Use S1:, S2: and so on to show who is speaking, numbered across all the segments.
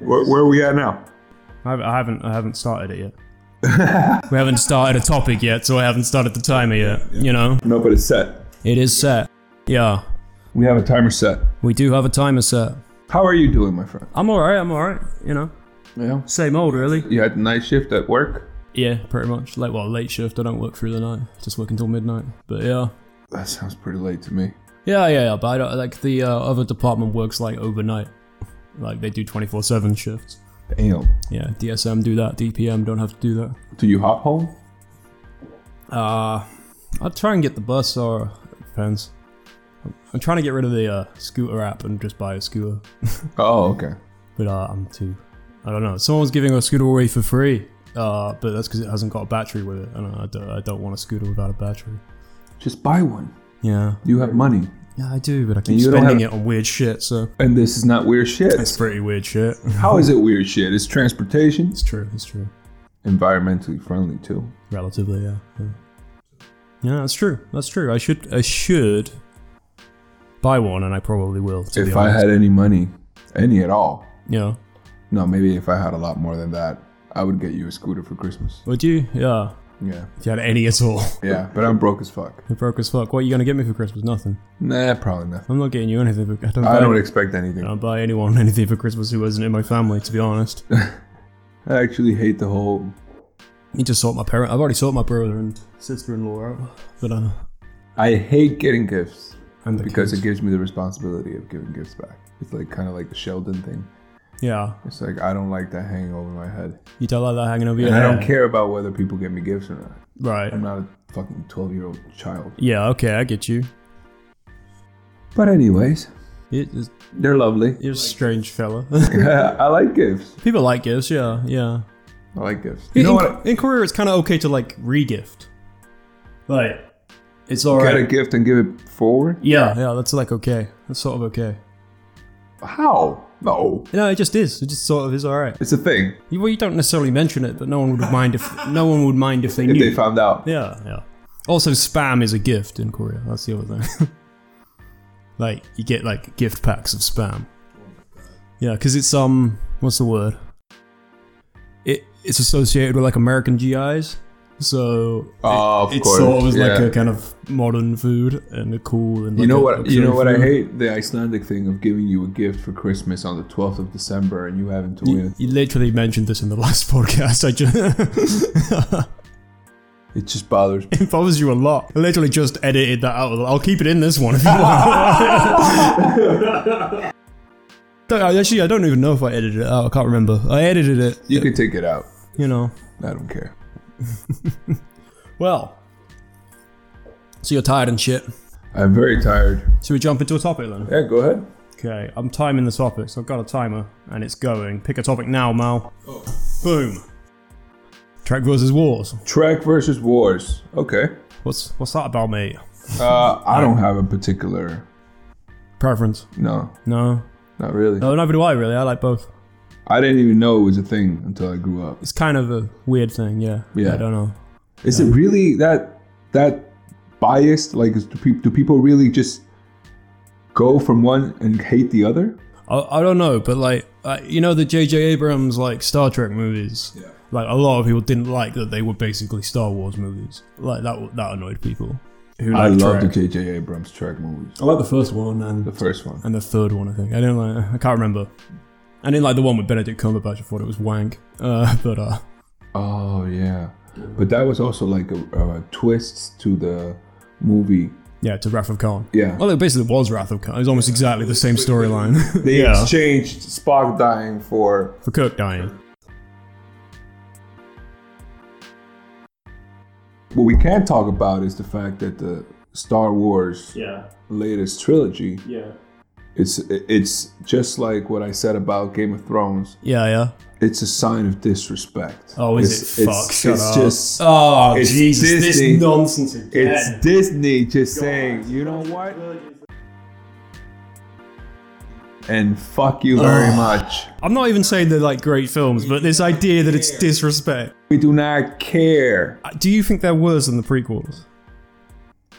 S1: Where, where are we at now?
S2: I haven't- I haven't. I haven't started it yet. we haven't started a topic yet, so I haven't started the timer yet. You know,
S1: No, but it's set.
S2: it is set. Yeah,
S1: We have a timer set.
S2: we do have a timer set.
S1: How are you doing, my friend?
S2: I'm all right. I'm all right. You know,
S1: Yeah.
S2: same old, really.
S1: You had the night shift at work?
S2: Yeah, pretty much. Like, well, late shift. I don't work through the night. Just work until midnight. But yeah,
S1: That sounds pretty late to me.
S2: yeah, yeah. yeah but I don't, like the uh, other department works like overnight. Like they do 24/7 shifts.
S1: Damn.
S2: Yeah, DSM do that. DPM don't have to do that.
S1: Do you hop home?
S2: Uh, I'll try and get the bus or depends. I'm trying to get rid of the uh, scooter app and just buy a scooter,
S1: Oh, okay.
S2: but uh, I'm too. I don't know. Someone's giving a scooter away for free, uh, but that's because it hasn't got a battery with it, and I don't, I don't want a scooter without a battery.
S1: Just buy one.
S2: Yeah,
S1: You have money.
S2: yeah, I do, but I keep
S1: you don't
S2: spending
S1: have-
S2: it on weird shit. So
S1: And this is not weird
S2: it's
S1: shit.
S2: pretty weird shit.
S1: How is it weird shit? It's transportation.
S2: It's true. It's true.
S1: Environmentally friendly, too.
S2: Relatively, yeah. yeah. Yeah, that's true. That's true. I should. I should buy one, and I probably will. To be
S1: If I
S2: honest.
S1: had any money, any at all,
S2: you know.
S1: no, maybe if I had a lot more than that, I would get you a scooter for Christmas.
S2: Would you? Yeah.
S1: Yeah.
S2: If you had any at all.
S1: Yeah, but I'm broke as fuck.
S2: You're broke as fuck. What are you gonna get me for Christmas? Nothing.
S1: Nah, probably nothing.
S2: I'm not getting you anything. For, I don't.
S1: I
S2: buy,
S1: don't expect anything.
S2: I don't buy anyone anything for Christmas who wasn't in my family. To be honest,
S1: I actually hate the whole.
S2: you just sort my parent. I've already sort my brother and sister-in-law out. But uh,
S1: I hate getting gifts
S2: and the
S1: because it
S2: kids.
S1: gives me the responsibility of giving gifts back. It's like kind of like the Sheldon thing.
S2: yeah,
S1: It's like I don't like that hanging over my head,
S2: you don't like that hanging over your
S1: and I
S2: head.
S1: don't care about whether people give me gifts or not.
S2: Right.
S1: I'm not a fucking twelve year old child.
S2: Yeah. Okay. I get you.
S1: But anyways,
S2: It, it's,
S1: they're lovely.
S2: you're a strange fella.
S1: I like gifts.
S2: People like gifts. Yeah. Yeah.
S1: I like gifts. You know
S2: in,
S1: what?
S2: in Korea, it's kind of okay to like re-gift. Like, it's alright.
S1: Get a gift and give it forward.
S2: yeah. Yeah. That's like okay. That's sort of okay.
S1: How? No,
S2: No, it just is. It just sort of is alright.
S1: it's a thing.
S2: You- Well, you don't necessarily mention it, but no one would mind if no one would mind if they
S1: If
S2: knew.
S1: they found out,
S2: yeah, yeah. Also, spam is a gift in Korea. That's the other thing. like you get like gift packs of spam. Yeah, because it's um, what's the word? It it's associated with like American GIs, so
S1: Oh, of
S2: it, it's
S1: course,
S2: sort of is like
S1: yeah.
S2: a kind of modern food and a cool and
S1: you
S2: like,
S1: know
S2: a
S1: what? You
S2: luxury
S1: know what I
S2: food.
S1: hate? The Icelandic thing of giving you a gift for Christmas on the 12th of December and you having to win.
S2: You, you literally mentioned this in the last podcast. I just.
S1: It just bothers me.
S2: If I was you a lot. I literally just edited that out. I'll keep it in this one if you want. Don't- I Actually, I don't even know if I edited it out. I can't remember. I edited it,
S1: You could take it out.
S2: you know.
S1: I don't care.
S2: Well, so you're tired and shit.
S1: I'm very tired.
S2: Should we jump into a topic then?
S1: Yeah, go ahead.
S2: Okay, I'm timing the topic, so I've got a timer and it's going. Pick a topic now, Mal. Boom. Track versus wars.
S1: Trek versus Wars. Okay.
S2: What's what's that about, mate?
S1: Uh, I don't have a particular.
S2: Preference?
S1: No,
S2: No.
S1: not really.
S2: No, neither do I really. I like both.
S1: I didn't even know it was a thing until I grew up.
S2: It's kind of a weird thing, yeah.
S1: Yeah.
S2: I don't know.
S1: Is it really that that biased? Like, is, do, peop do people really just go from one and hate the other?
S2: I, I don't know, but like uh, you know the J.J. Abrams like Star Trek movies.
S1: Yeah.
S2: Like a lot of people didn't like that they were basically Star Wars movies. Like that that annoyed people. Who
S1: I
S2: liked
S1: love the
S2: Trek.
S1: J.J. Abrams Trek movies.
S2: I like the first one and
S1: The first one.
S2: and the third one. I think I didn't like. I can't remember. I didn't like the one with Benedict Cumberbatch. I thought it was wank. Uh, but uh,
S1: Oh yeah, but that was also like a, a twist to the movie.
S2: yeah, to Wrath of Khan.
S1: Yeah,
S2: Well, it basically was Wrath of Khan. It was almost exactly the same storyline.
S1: they
S2: yeah.
S1: exchanged Spock dying for
S2: for Kirk dying.
S1: what we can talk about is the fact that the Star Wars
S2: Yeah,
S1: latest trilogy
S2: yeah,
S1: it's it's just like what I said about Game of Thrones.
S2: yeah, yeah.
S1: It's a sign of disrespect.
S2: Oh, is
S1: It's-
S2: it?
S1: it's-
S2: Fuck, shut
S1: it's
S2: up.
S1: just
S2: oh,
S1: it's
S2: Jesus,
S1: Disney.
S2: this nonsense again.
S1: It's Disney just saying, you know what? And fuck you very much.
S2: I'm not even saying they're like great films, but this idea that it's disrespect.
S1: We do not care.
S2: Uh, Do you think they're worse than the prequels?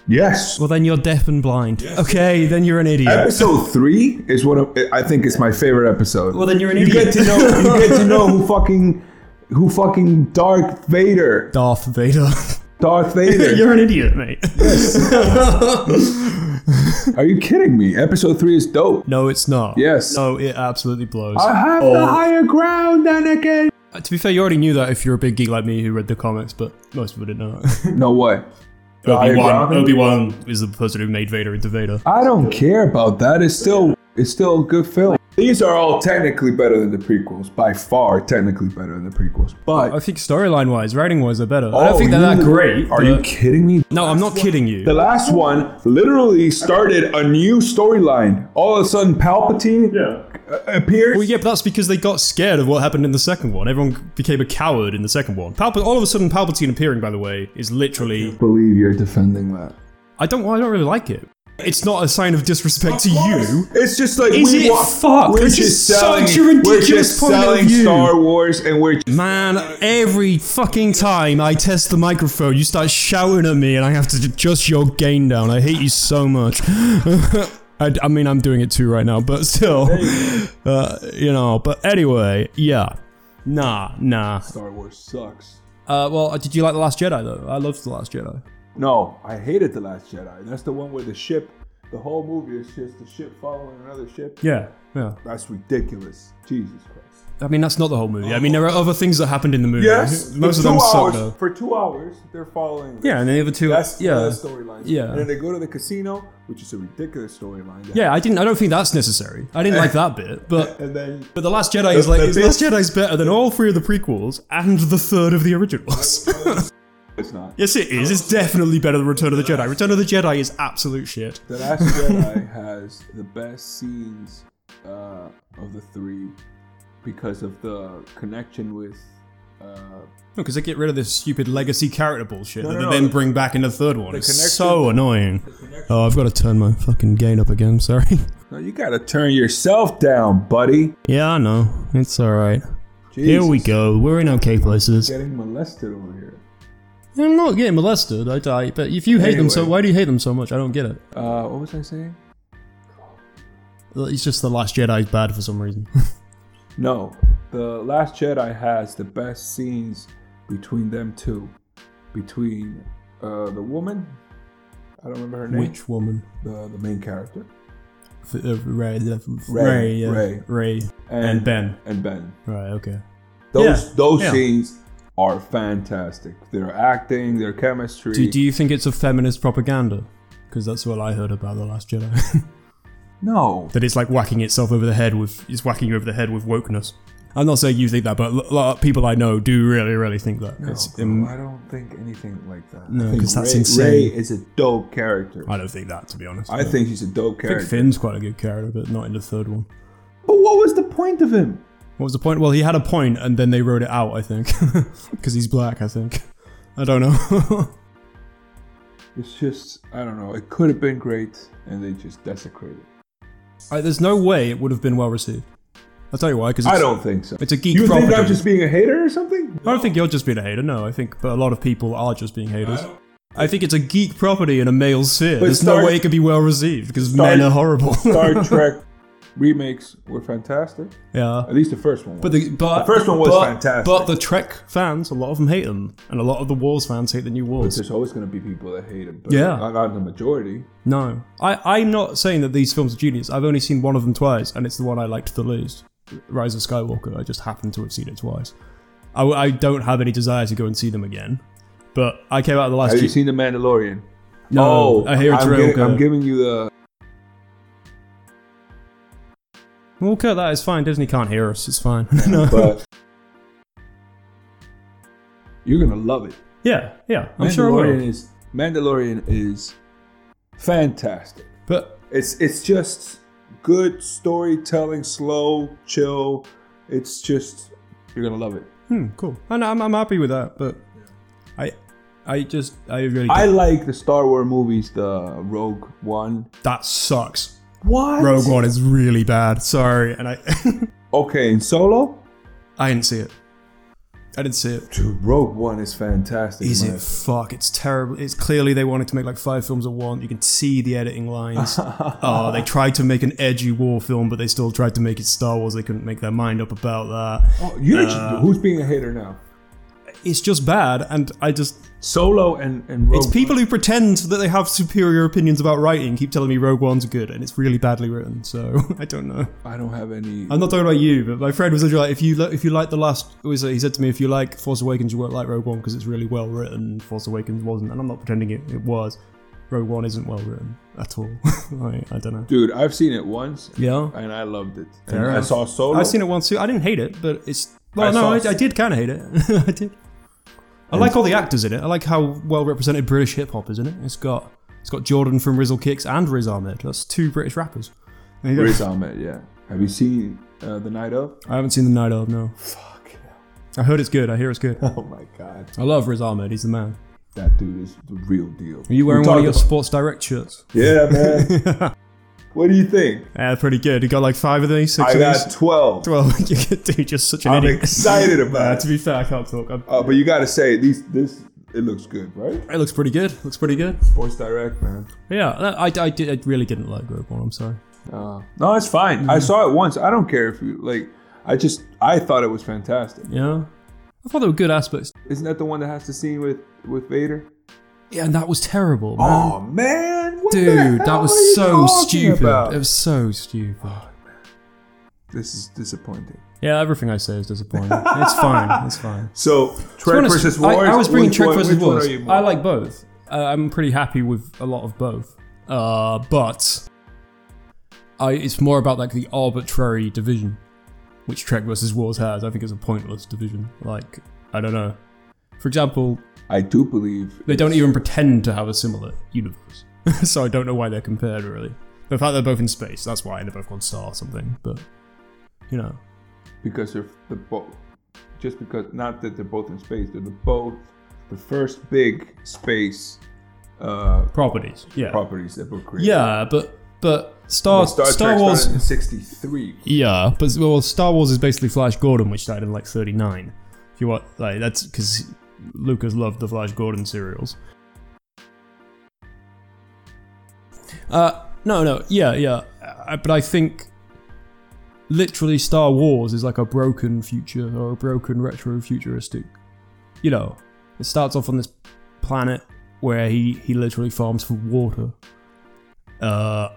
S1: Yes.
S2: Well, then you're deaf and blind. Okay, then you're an idiot.
S1: Episode three is one of I think it's my favorite episode.
S2: Well, then you're an
S1: you get
S2: idiot.
S1: to know you get to know who fucking who fucking Darth Vader,
S2: Darth Vader.
S1: Darth Vader.
S2: you're an idiot, mate.
S1: Are you kidding me? Episode three is dope.
S2: no, it's not.
S1: Yes.
S2: No, it absolutely blows.
S1: I have the higher ground, Anakin.
S2: Uh, to be fair, you already knew that if you're a big geek like me who read the comics, but most people didn't know. it.
S1: No way. The higher
S2: Obi Wan.
S1: ground?
S2: Obi Wan is the person who made Vader into Vader.
S1: I don't care about that. It's still it's still a good film. These are all technically better than the prequels, by far technically better than the prequels. But
S2: I think storyline wise, writing wise, they're better. I don't think they're
S1: you-
S2: that great.
S1: Are you
S2: Oh, but-
S1: kidding me?
S2: No, I'm not kidding you.
S1: The last one literally started a new storyline. All of a sudden, Palpatine uh, appears.
S2: Well, yeah, but that's because they got scared of what happened in the second one. Everyone became a coward in the second one. Palpa- all of a sudden, Palpatine appearing, by the way, is literally.
S1: believe you're defending that.
S2: I don't. I don't really like it. It's not a sign of disrespect to you.
S1: It's just like
S2: Is
S1: we
S2: it
S1: wa-
S2: fuck?
S1: We're
S2: This
S1: just
S2: is
S1: selling,
S2: such a
S1: we're
S2: ridiculous
S1: just
S2: point of
S1: selling
S2: view.
S1: Star Wars, and we're
S2: Man, every fucking time I test the microphone, you start shouting at me, and I have to adjust your gain down. I hate you so much. I, I mean, I'm doing it too right now, but still, uh, you know. But anyway, yeah, nah, nah.
S1: Star Wars sucks.
S2: Uh, well, did you like the Last Jedi though? I loved the Last Jedi.
S1: No, I hated the Last Jedi. That's the one where the ship, the whole movie is just the ship following another ship.
S2: Yeah, yeah.
S1: That's ridiculous. Jesus Christ.
S2: I mean, that's not the whole movie. I mean, there are other things that happened in the movie.
S1: Yes,
S2: most
S1: for
S2: of them
S1: two
S2: suck
S1: hours,
S2: though.
S1: For two hours, they're following.
S2: Yeah, and the other two.
S1: That's
S2: yeah,
S1: the storyline.
S2: Yeah.
S1: And then they go to the casino, which is a ridiculous storyline. that-
S2: yeah. I didn't. I don't think that's necessary. I didn't like that bit, but.
S1: And then
S2: But the Last Jedi is
S1: The-
S2: like
S1: the
S2: the Last Jedi's better than all three of the prequels and the third of the originals.
S1: it's not.
S2: yes, it is. It's definitely better than Return of the Jedi. Return of the Jedi is absolute shit.
S1: The Last Jedi has the best scenes uh, of the three because of the connection with. Uh,
S2: No, because they get rid of this stupid legacy character bullshit
S1: No,
S2: that
S1: no,
S2: they
S1: no,
S2: then
S1: the-
S2: bring back in the third one. It's
S1: connection-
S2: so annoying. Oh, I've got to turn my fucking gain up again. Sorry.
S1: no, you gotta turn yourself down, buddy.
S2: yeah, I know. It's all right.
S1: Jesus.
S2: Here we go. We're in okay places.
S1: Getting molested over here.
S2: I'm not getting molested. I die. But if you hate them so,
S1: Anyway.
S2: why do you hate them so much? I don't get it.
S1: Uh, what was I saying?
S2: It's just the Last Jedi's bad for some reason.
S1: No, the Last Jedi has the best scenes between them two, between uh, the woman. I don't remember her name.
S2: Which woman?
S1: The, the main character
S2: F- uh, Ray, the-
S1: Ray,
S2: Ray, yeah.
S1: Ray.
S2: Ray, and Ben.
S1: and Ben.
S2: Right, okay.
S1: Those
S2: Yeah,
S1: those
S2: yeah.
S1: scenes are fantastic. Their acting, their chemistry.
S2: Do, do you think it's a feminist propaganda? Because that's what I heard about the Last Jedi.
S1: no,
S2: that it's like whacking itself over the head with it's whacking you over the head with wokeness. I'm not saying you think that, but a lot of people I know do really, really think that. it's,
S1: no,
S2: um,
S1: I don't think anything like that.
S2: No,
S1: I think
S2: 'cause that's
S1: Rey-
S2: insane.
S1: Rey is a dope character.
S2: I don't think that, to be honest.
S1: I
S2: but-
S1: think she's a dope
S2: I think
S1: character.
S2: Finn's quite a good character, but not in the third one.
S1: But what was the point of him?
S2: What was the point? Well, he had a point, and then they wrote it out. I think because he's black. I think I don't know.
S1: It's just I don't know. It could have been great, and they just desecrated. it.
S2: I, there's no way it would have been well received. I'll tell you why. Because
S1: I don't think so.
S2: It's a geek
S1: You think I'm
S2: propaganda.
S1: just being a hater or something?
S2: I don't think you're just being a hater. No, I think, but a lot of people are just being haters. I think it's a geek property in a male sphere. There's
S1: Star-
S2: no way it could be well received because
S1: Star-
S2: men are horrible.
S1: Star Trek remakes were fantastic.
S2: yeah,
S1: At least the first one.
S2: but the but
S1: The first one was
S2: but-
S1: fantastic.
S2: But the Trek fans, a lot of them hate them, and a lot of the Wars fans hate the new
S1: But
S2: Wars.
S1: there's always going to be people that hate him. But
S2: Yeah.
S1: not, not the majority.
S2: No, I I'm not saying that these films are genius. I've only seen one of them twice, and it's the one I liked the least, Rise of Skywalker. I just happen to have seen it twice. I, I don't have any desire to go and see them again. But I came out of the last.
S1: Have you
S2: Ge-
S1: seen The Mandalorian? Oh,
S2: no, I hear it's
S1: I'm,
S2: real
S1: giving,
S2: good.
S1: I'm giving you the.
S2: We'll cut that. It's fine. Disney can't hear us. It's fine. no.
S1: But you're gonna love it.
S2: yeah, yeah. I'm
S1: Mandalorian
S2: sure I will.
S1: is Mandalorian is fantastic.
S2: But
S1: It's it's just good storytelling, slow, chill. It's just you're gonna love it.
S2: hmm, cool. I know, I'm, I'm happy with that. But I, I just I really
S1: I like the Star Wars movies, the Rogue One.
S2: that sucks.
S1: What?
S2: Rogue One is really bad. Sorry, and I
S1: Okay, in Solo,
S2: I didn't see it. I didn't see it.
S1: Dude, Rogue One is fantastic.
S2: Is
S1: man.
S2: it? Fuck! It's terrible. It's clearly they wanted to make like five films at once. You can see the editing lines. oh, they tried to make an edgy war film, but they still tried to make it Star Wars. They couldn't make their mind up about that.
S1: Oh, you
S2: Uh,
S1: actually- who's being a hater now?
S2: It's just bad, and I just
S1: Solo and and Rogue
S2: It's people who pretend that they have superior opinions about writing keep telling me Rogue One's good and it's really badly written. So I don't know.
S1: One. I don't have any.
S2: I'm not talking about you, but my friend was literally like, if you li- if you like the last, what was it? he said to me, if you like Force Awakens, you won't like Rogue One because it's really well written. Force Awakens wasn't, and I'm not pretending it, it was. Rogue One isn't well written at all. I, I don't know.
S1: Dude, I've seen it once
S2: Yeah,
S1: and I loved it.
S2: Fair
S1: And I
S2: enough.
S1: saw Solo.
S2: I've seen it once too. I didn't hate it, but it's well,
S1: I
S2: no,
S1: saw-
S2: I, I did kind of hate it. I did. I like all the actors in it. I like how well represented British hip hop is in it. It's got it's got Jordan from Rizzle Kicks and Riz Ahmed. That's two British rappers. There you go.
S1: Riz Ahmed, yeah. Have you seen uh, The Night of?
S2: I haven't seen the night of no.
S1: Fuck.
S2: I heard it's good. I hear it's good.
S1: Oh my god.
S2: I love Riz Ahmed. He's the man.
S1: That dude is the real deal.
S2: Are you wearing
S1: We
S2: one of your
S1: talked
S2: Sports Direct shirts?
S1: about- Yeah, man. what do you think?
S2: Yeah, pretty good. You got like five of these,
S1: I
S2: six of
S1: got
S2: these.
S1: 12.
S2: Well, you dude, just such an
S1: I'm
S2: idiot.
S1: excited
S2: Nah,
S1: about
S2: to
S1: it.
S2: be fair, I can't talk. I'm-
S1: Uh, but you gotta say, these, this, it looks good, right?
S2: it looks pretty good. Looks pretty good.
S1: Sports Direct, man.
S2: Yeah, I, I, did, I really didn't like Rogue One. I'm sorry.
S1: Uh, no, it's fine. I saw it once. I don't care if you, like, I just, I thought it was fantastic.
S2: Yeah, I thought there were good aspects.
S1: Isn't that the one that has the scene with, with Vader?
S2: Yeah, and that was terrible, man.
S1: Oh, man. what the
S2: Dude, that
S1: hell
S2: was
S1: are you
S2: so
S1: talking
S2: stupid.
S1: about?
S2: It was so stupid.
S1: This is disappointing.
S2: Yeah, everything I say is disappointing. it's fine. It's fine.
S1: So,
S2: To be
S1: Trek
S2: honest,
S1: versus
S2: I-
S1: Wars.
S2: I, was bringing
S1: which
S2: Trek
S1: one-
S2: versus
S1: which one
S2: Wars.
S1: are you more-
S2: I like both. Uh, I'm pretty happy with a lot of both. Uh, but I, it's more about like the arbitrary division, which Trek versus Wars has. I think it's a pointless division. Like I don't know. For example,
S1: I do believe
S2: They don't even pretend to have a similar universe. so I don't know why they're compared, really. The fact they're both in space, that's why they're both called Star something, but, you know.
S1: because they're the both. Just because, not that they're both in space, they're the both the first big space uh,
S2: Properties, yeah.
S1: properties that were created.
S2: yeah, but, but Star,
S1: Star,
S2: Oh, Star,
S1: Trek
S2: Wars.
S1: started in '63.
S2: Yeah, but well, Star Wars is basically Flash Gordon, which started in like 39. If you want, like, that's because Lucas loved the Flash Gordon serials. Uh, no, no, yeah, yeah. Uh, but I think literally Star Wars is like a broken future or a broken retro futuristic. You know, it starts off on this planet where he, he literally farms for water. Uh,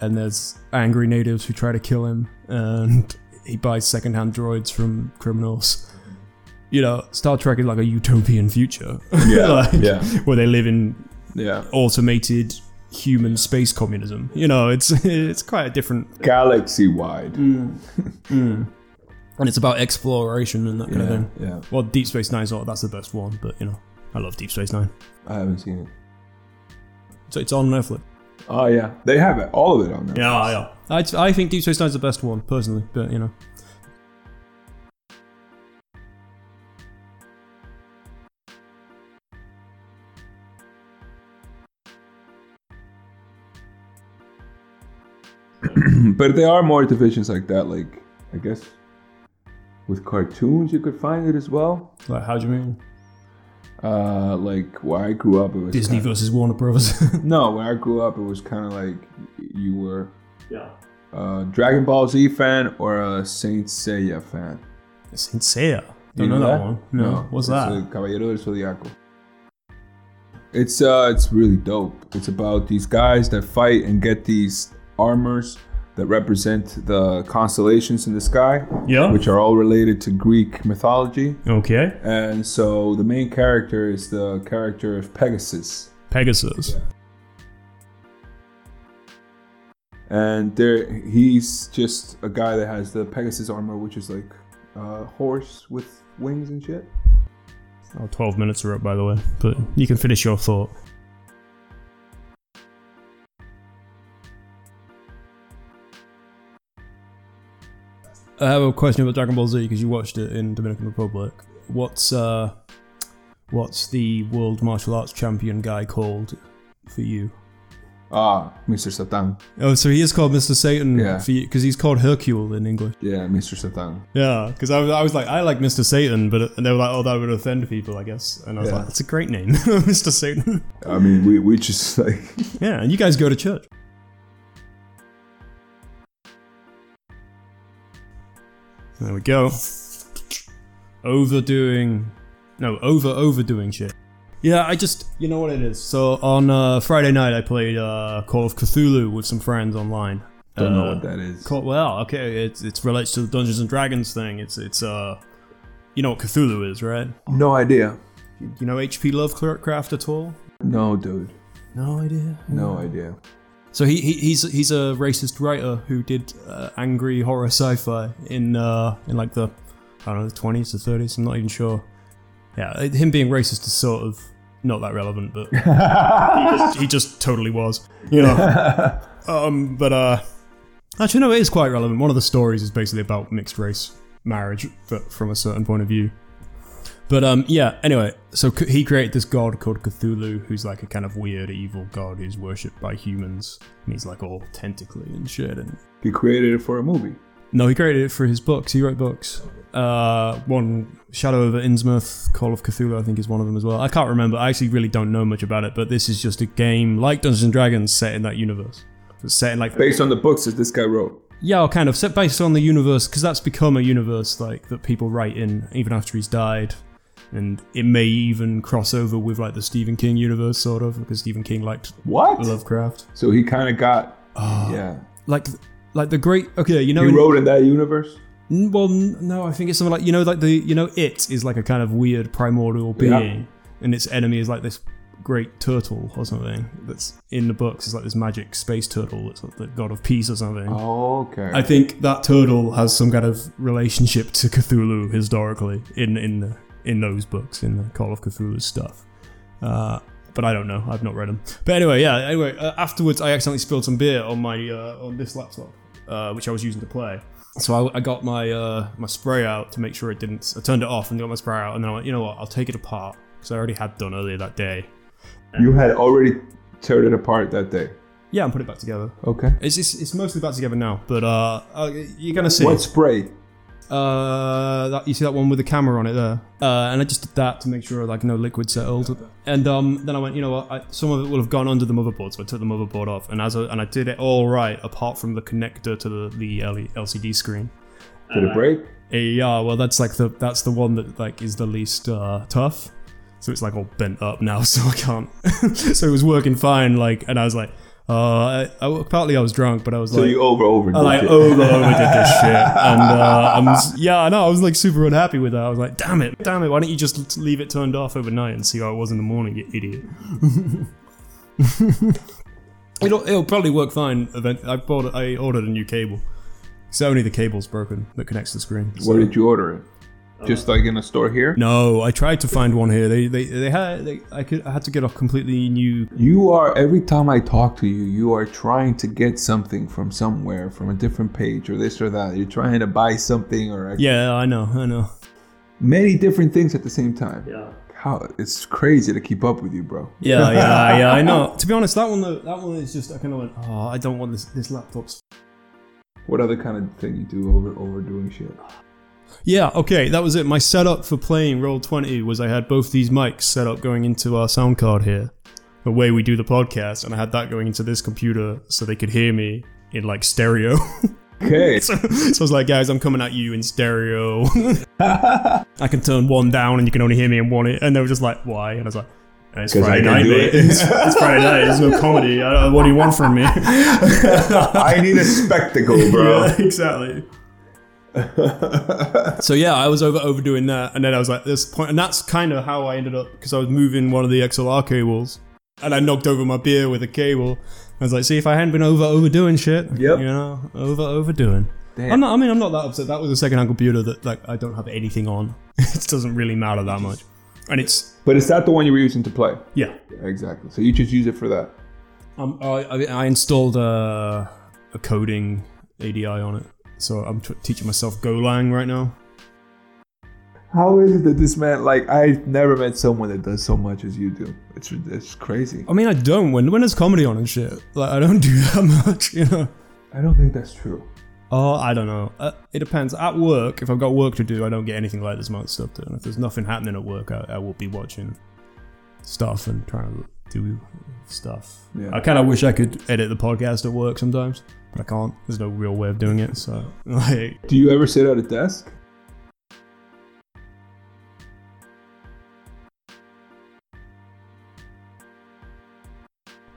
S2: and there's angry natives who try to kill him, and he buys secondhand droids from criminals. You know, Star Trek is like a utopian future.
S1: Yeah,
S2: Like,
S1: yeah.
S2: Where they live in
S1: Yeah,
S2: automated human space communism. You know, it's it's quite a different,
S1: galaxy wide.
S2: Mm. and it's about exploration and that kind of
S1: Yeah,
S2: thing.
S1: yeah.
S2: Well, Deep Space Nine's not that's the best one, but you know, I love Deep Space Nine.
S1: I haven't seen it.
S2: So it's on Netflix.
S1: Oh yeah, they have it, all of it on there.
S2: Yeah, yeah. I, I think Deep Space Nine's the best one personally, but you know.
S1: But there are more divisions like that. Like I guess with cartoons, you could find it as well.
S2: Like, how do you mean?
S1: Uh, like where I grew up, it was
S2: Disney versus Warner Brothers.
S1: No, when I grew up, it was kind of like you were
S2: yeah.
S1: a Dragon Ball Z fan or a Saint Seiya fan.
S2: It's sincere.
S1: Do
S2: Don't know, that one. No. What's
S1: it's
S2: that?
S1: uh, Caballero del Zodiaco. It's uh, it's really dope. It's about these guys that fight and get these armors that represent the constellations in the sky,
S2: yeah.
S1: which are all related to Greek mythology.
S2: okay.
S1: And so the main character is the character of Pegasus.
S2: Pegasus.
S1: and there he's just a guy that has the Pegasus armor, which is like a horse with wings and shit.
S2: Oh, 12 minutes are up, by the way. But you can finish your thought. I have a question about Dragon Ball Z because you watched it in Dominican Republic. What's uh, what's the world martial arts champion guy called for you?
S1: Ah, Mr. Satan.
S2: Oh, so he is called Mr. Satan
S1: Yeah.
S2: because he's called Hercule in English.
S1: Yeah, Mr. Satan.
S2: Yeah, because I was, I was like, I like Mr. Satan, but and they were like, oh, that would offend people, I guess. And I was
S1: Yeah.
S2: like, that's a great name, Mr. Satan.
S1: I mean, we, we just like
S2: yeah, and you guys go to church. There we go. Overdoing, no, over overdoing shit. Yeah, I just, you know what it is. So on uh, Friday night, I played uh, Call of Cthulhu with some friends online.
S1: don't know
S2: Uh,
S1: what that is.
S2: Call, well, okay, it's it's relates to the Dungeons and Dragons thing. It's it's uh, you know what Cthulhu is, right?
S1: No idea.
S2: You you know H.P. Lovecraft at all?
S1: No, dude.
S2: No idea.
S1: No idea.
S2: So he, he he's he's a racist writer who did uh, angry horror sci-fi in uh in like the I don't know the twenties or thirties. I'm not even sure. Yeah, uh, him being racist is sort of not that relevant, but he, just, he just totally was. You know. um, but uh, actually, no, it is quite relevant. One of the stories is basically about mixed race marriage, but from a certain point of view. But um, yeah. Anyway, so c- he created this god called Cthulhu, who's like a kind of weird, evil god who's worshipped by humans, and he's like all tentacly and shit. And
S1: He created it for a movie.
S2: no, he created it for his books. He wrote books. Uh, one Shadow of Innsmouth, Call of Cthulhu, I think is one of them as well. I can't remember. I actually really don't know much about it, but this is just a game like Dungeons and Dragons set in that universe. It's set in like
S1: Based on the books that this guy wrote.
S2: yeah, or kind of set based on the universe because that's become a universe like that people write in even after he's died, and it may even cross over with like the Stephen King universe sort of because Stephen King liked
S1: What?
S2: Lovecraft.
S1: So he kind of got.
S2: Oh.
S1: yeah.
S2: Like, like the great okay, you know,
S1: He
S2: in-
S1: wrote in that universe?
S2: N- Well, n- no, I think it's something like you know, like the you know, it is like a kind of weird primordial
S1: Yeah.
S2: being, and its enemy is like this great turtle or something that's in the books is like this magic space turtle that's like the god of peace or something.
S1: Okay.
S2: I think that turtle has some kind of relationship to Cthulhu historically in in the, in those books in the Call of Cthulhu stuff. Uh, but I don't know. I've not read them. But anyway, yeah. Anyway, uh, afterwards, I accidentally spilled some beer on my uh, on this laptop, uh, which I was using to play. So I, I got my uh, my spray out to make sure it didn't. I turned it off and got my spray out, and then I went, you know what? I'll take it apart because I already had done earlier that day.
S1: you had already teared it apart that day.
S2: Yeah, and put it back together.
S1: Okay.
S2: It's it's, it's mostly back together now, but uh, uh, you're gonna see.
S1: What spray?
S2: Uh, that, you see that one with the camera on it there, uh, and I just did that to make sure like no liquid settled. And um, then I went, you know what? I, some of it will have gone under the motherboard, so I took the motherboard off, and as I, and I did it all right, apart from the connector to the the L- LCD screen.
S1: Did it break?
S2: Eh, Yeah, well, that's like the that's the one that like is the least uh, tough. So it's like all bent up now, so I can't. so it was working fine, like, and I was like, uh, I, I, partly I was drunk, but I was
S1: So
S2: like,
S1: you over over.
S2: Oh, I like over overdid this shit, and uh, I'm s- yeah, I know. I was like super unhappy with that. I was like, damn it, damn it. Why don't you just leave it turned off overnight and see how it was in the morning, you idiot? it'll it'll probably work fine. Eventually, I bought I ordered a new cable. So only the cable's broken that connects the screen. so-
S1: Where did you order
S2: Uh,
S1: it? Just like in a store here?
S2: No, I tried to find one here. They they, they had they, I could I had to get a completely new.
S1: You are every time I talk to you, you are trying to get something from somewhere, from a different page or this or that. You're trying to buy something or
S2: Yeah, I know, I know.
S1: many different things at the same time. Yeah. How it's crazy to keep up with you, bro.
S2: Yeah, yeah, yeah. I know. To be honest, that one, though, that one is just. I kind of went. Oh, I don't want this. This laptop's.
S1: What other kind of thing you do over overdoing shit?
S2: Yeah. Okay. That was it. My setup for playing Roll Twenty was I had both these mics set up going into our sound card here, the way we do the podcast, and I had that going into this computer so they could hear me in like stereo.
S1: Okay.
S2: so, so I was like, guys, I'm coming at you in stereo. I can turn one down, and you can only hear me in one. ear." And they were just like, why? And I was like. It's
S1: 'Cause I
S2: Friday
S1: can
S2: night,
S1: do it."
S2: mate. It's, it's Friday night. There's no comedy. I don't- what do you want from me?
S1: I need a spectacle, bro.
S2: Yeah, exactly. so yeah, I was over overdoing that, and then I was like, this point, and that's kind of how I ended up because I was moving one of the XLR cables, and I knocked over my beer with a cable. I was like, see, if I hadn't been over overdoing shit,
S1: Yep.
S2: you know, over overdoing.
S1: Damn.
S2: I'm not. I mean, I'm not that upset. That was a second-hand computer that like I don't have anything on. it doesn't really matter that much, and it's
S1: But is that the one you were using to play?
S2: yeah.
S1: Exactly. So you just use it for that.
S2: Um, I, I, I installed a, a coding ADI on it, so I'm t- teaching myself Golang right now.
S1: How is it that this man, like, I've never met someone that does so much as you do. It's it's crazy.
S2: I mean, I don't. When when there's comedy on and shit, like I don't do that much, you know.
S1: I don't think that's true.
S2: Oh, I don't know. Uh, it depends. At work, if I've got work to do, I don't get anything like this amount of stuff done. If there's nothing happening at work, I, I will be watching stuff and trying to do stuff.
S1: Yeah.
S2: I kind of wish I could edit the podcast at work sometimes, but I can't. There's no real way of doing it. So, like,
S1: Do you ever sit at a desk?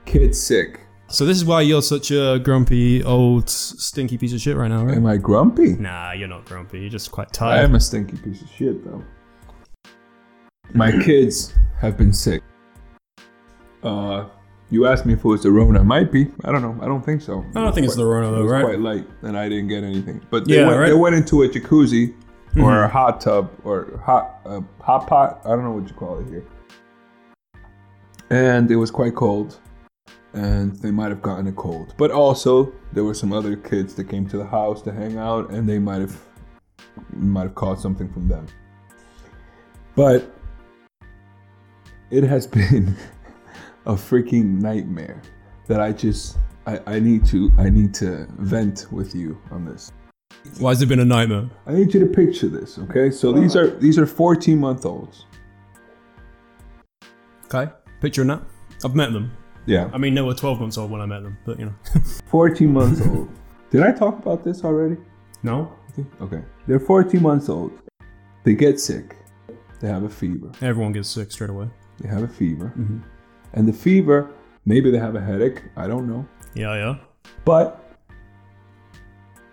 S1: Kid sick.
S2: so this is why you're such a grumpy old stinky piece of shit right now, right?
S1: Am I grumpy?
S2: Nah, you're not grumpy. You're just quite
S1: I
S2: tired.
S1: am a stinky piece of shit, though. My kids have been sick. Uh, you asked me if it was the Rona. It might be. I don't know. I don't think so.
S2: I don't think it's the Rona
S1: It
S2: though,
S1: was
S2: right?
S1: quite light, and I didn't get anything. But they,
S2: Yeah,
S1: went,
S2: right. Mm-hmm.
S1: they went into a jacuzzi or a hot tub or hot uh, hot pot. I don't know what you call it here. And it was quite cold, and they might have gotten a cold. But also, there were some other kids that came to the house to hang out, and they might have might have caught something from them. But it has been a freaking nightmare that I just I, I need to I need to vent with you on this.
S2: Why has it been a nightmare?
S1: I need you to picture this, okay? So these are these are 14 month olds.
S2: Okay, picturing that. I've met them.
S1: Yeah.
S2: I mean, they were 12 months old when I met them, but you know.
S1: 14 months old. Did I talk about this already?
S2: no?
S1: Okay. They're 14 months old. They get sick. They have a fever.
S2: Everyone gets sick straight away.
S1: They have a fever. And the fever, maybe they have a headache, I don't know.
S2: Yeah, yeah.
S1: But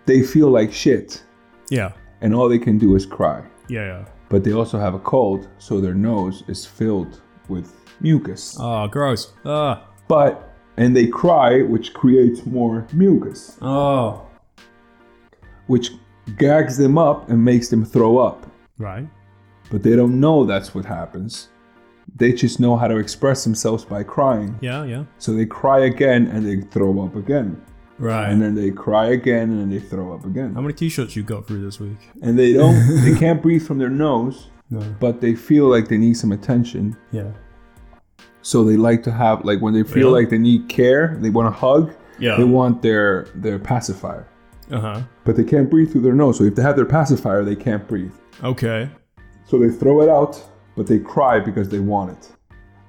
S1: they feel like shit
S2: Yeah,
S1: and all they can do is cry.
S2: yeah, yeah.
S1: but they also have a cold, so their nose is filled with mucus.
S2: Ah, gross. Ah,
S1: But and they cry, which creates more mucus,
S2: oh.
S1: which gags them up and makes them throw up.
S2: Right.
S1: But they don't know that's what happens. They just know how to express themselves by crying.
S2: Yeah, yeah.
S1: So they cry again and they throw up again. And
S2: Right.
S1: then they cry again and then they throw up again.
S2: How many t-shirts you got through this week?
S1: And they don't they can't breathe from their nose,
S2: No.
S1: but they feel like they need some attention
S2: Yeah.
S1: So they like to have like when they feel
S2: Really?
S1: like they need care, they want to hug,
S2: Yeah.
S1: they want their their pacifier.
S2: Uh-huh.
S1: But they can't breathe through their nose. So if they have their pacifier, they can't breathe.
S2: Okay.
S1: So they throw it out, but they cry because they want it.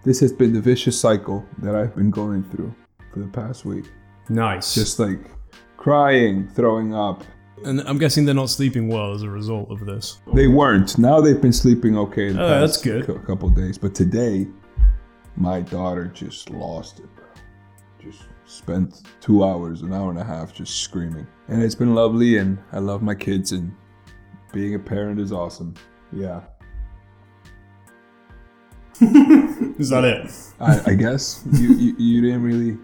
S1: This has been the vicious cycle that I've been going through for the past week.
S2: Nice.
S1: Just like crying, throwing up.
S2: and I'm guessing they're not sleeping well as a result of this.
S1: They weren't. Now they've been sleeping okay the
S2: Oh, that's
S1: past
S2: good.
S1: cou- couple days, but today my daughter just lost it. bro. Just spent 2 hours, an hour and a half just screaming. And it's been lovely and I love my kids and being a parent is awesome. Yeah.
S2: Is that it?
S1: I, I guess you, you you didn't really.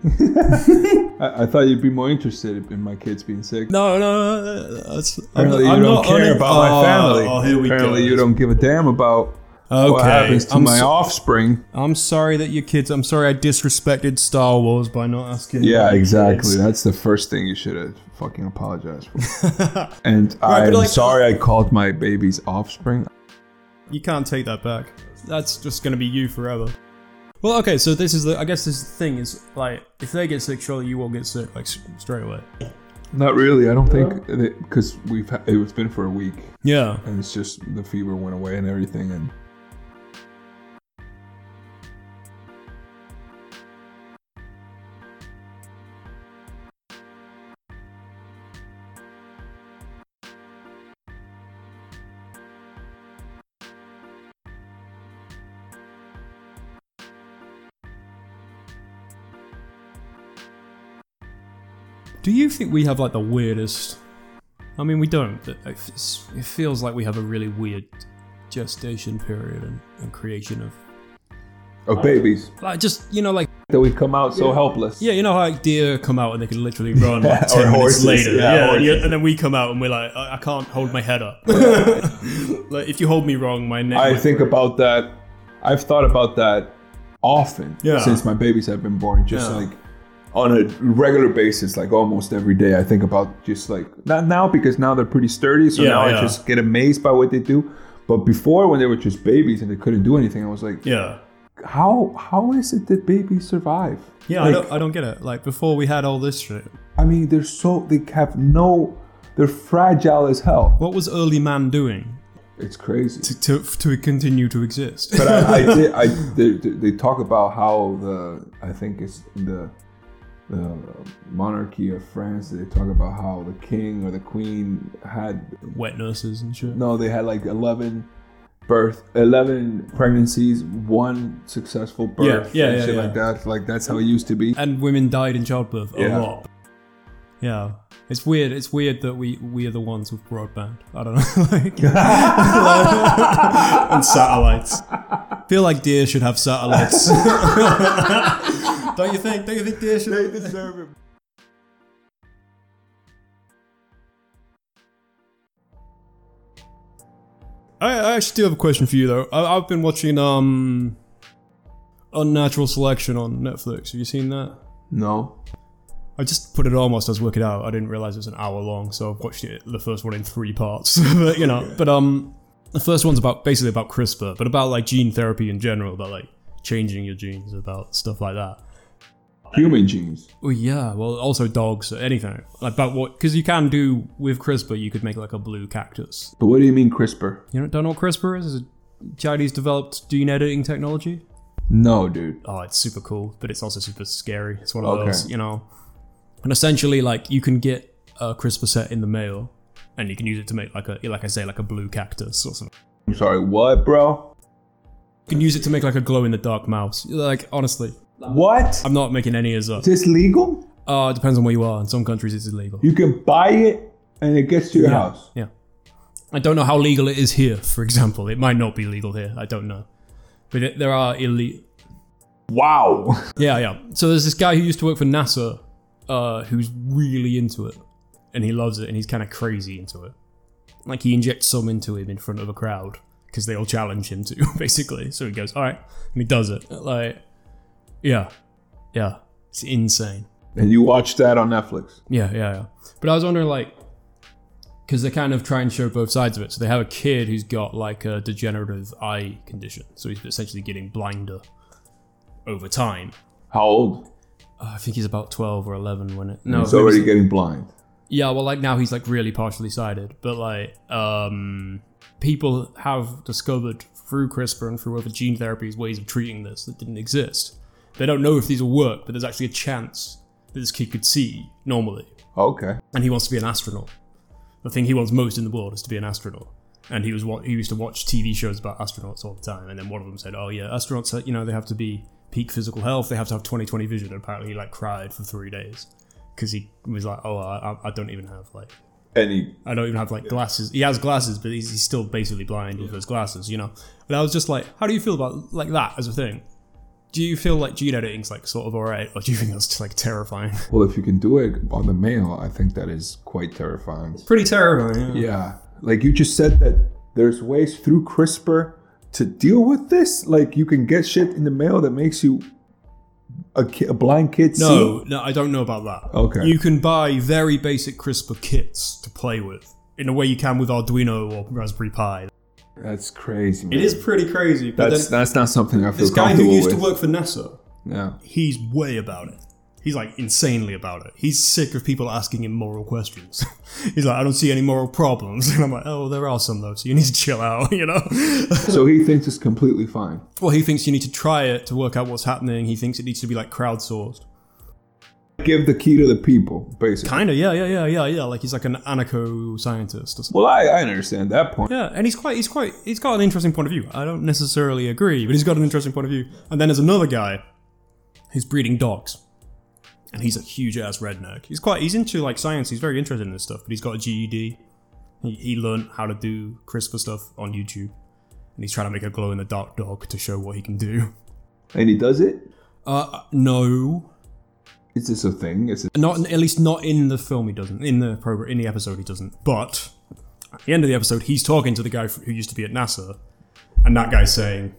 S1: I, I thought you'd be more interested in my kids being sick.
S2: No, no, no. no, That's,
S1: Apparently, you don't care
S2: unin-
S1: about
S2: Oh,
S1: my family.
S2: Oh, here we
S1: Apparently,
S2: go.
S1: you don't give a damn about
S2: Okay.
S1: what happens to
S2: I'm
S1: my
S2: so-
S1: offspring.
S2: I'm sorry that your kids. I'm sorry I disrespected Star Wars by not asking.
S1: Yeah,
S2: about your
S1: exactly.
S2: kids.
S1: That's the first thing you should have fucking apologized for. and I'm
S2: like-
S1: sorry I called my baby's offspring.
S2: You can't take that back. That's just going to be you forever. Well, okay. So this is the. I guess this is the thing is like, if they get sick, surely you will get sick like s- straight away.
S1: Not really. I don't think because we've ha- it's been for a week
S2: Yeah.
S1: and it's just the fever went away and everything and
S2: Do you think we have like the weirdest? I mean, we don't. but It f- it feels like we have a really weird gestation period and, and creation of
S1: of oh, babies
S2: like just you know like
S1: that we come out so helpless.
S2: yeah you know how like deer come out and they can literally run
S1: Or
S2: like, ten minutes
S1: horses,
S2: later
S1: yeah,
S2: yeah,
S1: horses.
S2: yeah, and then we come out and we're like I, I can't hold my head up like if you hold me wrong my neck
S1: I
S2: might
S1: think about that. I've thought about that often
S2: Yeah.
S1: since my babies have been born. Just
S2: Yeah.
S1: like on a regular basis, like almost every day, I think about just like not now because now they're pretty sturdy. So
S2: Yeah,
S1: now I
S2: yeah.
S1: just get amazed by what they do. But before, when they were just babies and they couldn't do anything, I was like,
S2: Yeah.
S1: how how is it that babies survive?
S2: Yeah, I,
S1: Like,
S2: don't, I don't get it. Like, before we had all this shit,
S1: I mean, they're so they have no, they're fragile as hell.
S2: what was early man doing
S1: It's crazy.
S2: to, to, to continue to exist?
S1: but I, I did. I they, they talk about how the I think it's in the the monarchy of France. They talk about how the king or the queen had
S2: Wet nurses and shit.
S1: no, they had like eleven birth, eleven pregnancies, one successful birth,
S2: Yeah, yeah,
S1: and
S2: yeah,
S1: shit
S2: yeah.
S1: like that. Like that's how it used to be.
S2: And women died in childbirth a
S1: Yeah.
S2: lot. Yeah. It's weird. It's weird that we, we are the ones with broadband. I don't know. like, and satellites. feel like deer should have satellites. don't you think? Don't you think deer should have
S1: deserve it.
S2: I, I actually do have a question for you though. I, I've been watching um, Unnatural Selection on Netflix. Have you seen that?
S1: No,
S2: I just put it on whilst I was working out. I didn't realize it was an hour long, so I've watched it the first one in three parts. but you know, but um, the first one's about basically about CRISPR, but about like gene therapy in general, about like changing your genes, about stuff like that.
S1: human genes.
S2: Well, Oh, yeah. Well, also dogs, anything like about what because you can do with CRISPR, you could make like a blue cactus.
S1: But what do you mean CRISPR?
S2: You know, don't know what CRISPR is? It's a Chinese developed gene editing technology.
S1: No, dude.
S2: oh, it's super cool, but it's also super scary. It's one of
S1: Okay.
S2: those, you know. And essentially, like you can get a CRISPR set in the mail, and you can use it to make like a, like I say, like a blue cactus or something.
S1: I'm sorry. What, bro?
S2: You can use it to make like a glow in the dark mouse. Like honestly,
S1: What?
S2: I'm not making any as up.
S1: Is this legal?
S2: Uh, it depends on where you are. In some countries, it's illegal.
S1: You can buy it and it gets to your house.
S2: Yeah. I don't know how legal it is here. For example, it might not be legal here. I don't know, but it, there are illegal.
S1: Wow.
S2: Yeah, yeah. So there's this guy who used to work for NASA, uh, who's really into it, and he loves it, and he's kind of crazy into it. Like he injects some into him in front of a crowd because they all challenge him to, basically. So he goes, "All right," and he does it. Like, yeah, yeah, it's insane.
S1: And you watch that on Netflix.
S2: Yeah, yeah, yeah. But I was wondering, like, because they kind of try and show both sides of it. So they have a kid who's got like a degenerative eye condition, so he's essentially getting blinder over time.
S1: How old?
S2: Oh, I think he's about 12 or 11 when it. No,
S1: He's
S2: maybe
S1: already
S2: it's-
S1: getting blind.
S2: Yeah, well, like now he's like really partially sighted, but like um, people have discovered through CRISPR and through other gene therapies ways of treating this that didn't exist. They don't know if these will work, but there's actually a chance that this kid could see normally,
S1: Okay.
S2: and he wants to be an astronaut. The thing he wants most in the world is to be an astronaut. And he was wa- he used to watch TV shows about astronauts all the time, and then one of them said, "Oh yeah, astronauts, you know, they have to be peak physical health. They have to have 20/20 vision." And apparently, he like cried for three days because he was like, "Oh, I, I- I don't even have like
S1: And he,
S2: I don't even have like glasses. He has glasses, but he's, he's still basically blind with those glasses, you know. And I was just like, how do you feel about like that as a thing? Do you feel like gene editing's like sort of alright, or do you think that's just like terrifying?
S1: well, if you can do it on the mail, I think that is quite terrifying.
S2: Pretty terrifying.
S1: Yeah. Like you just said that there's ways through CRISPR to deal with this. Like you can get shit in the mail that makes you a, ki- a blind kid see.
S2: No, no, I don't know about that.
S1: Okay.
S2: You can buy very basic CRISPR kits to play with in a way you can with Arduino or Raspberry Pi.
S1: That's crazy. Man.
S2: It is pretty crazy, but
S1: That's
S2: then
S1: that's not something I feel
S2: this guy who
S1: comfortable
S2: used
S1: with.
S2: to work for NASA,
S1: yeah.
S2: he's way about it. He's like insanely about it. He's sick of people asking him moral questions. he's like, I don't see any moral problems. And I'm like, oh, there are some though, so you need to chill out, you know?
S1: So he thinks it's completely fine.
S2: well, he thinks you need to try it to work out what's happening. He thinks it needs to be like crowdsourced.
S1: Give the key to the people, basically.
S2: Kinda, yeah, yeah, yeah, yeah, yeah. Like he's like an anarcho scientist or something.
S1: Well, I, I understand that point.
S2: Yeah, and he's quite, he's quite, he's got an interesting point of view. I don't necessarily agree, but he's got an interesting point of view. And then there's another guy who's breeding dogs, and he's a huge ass redneck. He's quite, he's into like science. He's very interested in this stuff, but he's got a GED. He, he learned how to do CRISPR stuff on YouTube, and he's trying to make a glow in the dark dog to show what he can do.
S1: And he does it.
S2: Uh, no,
S1: Is this a thing? Is it
S2: not at least not in the film. He doesn't in the program in the episode. He doesn't. But at the end of the episode, he's talking to the guy who used to be at NASA, and that guy's saying,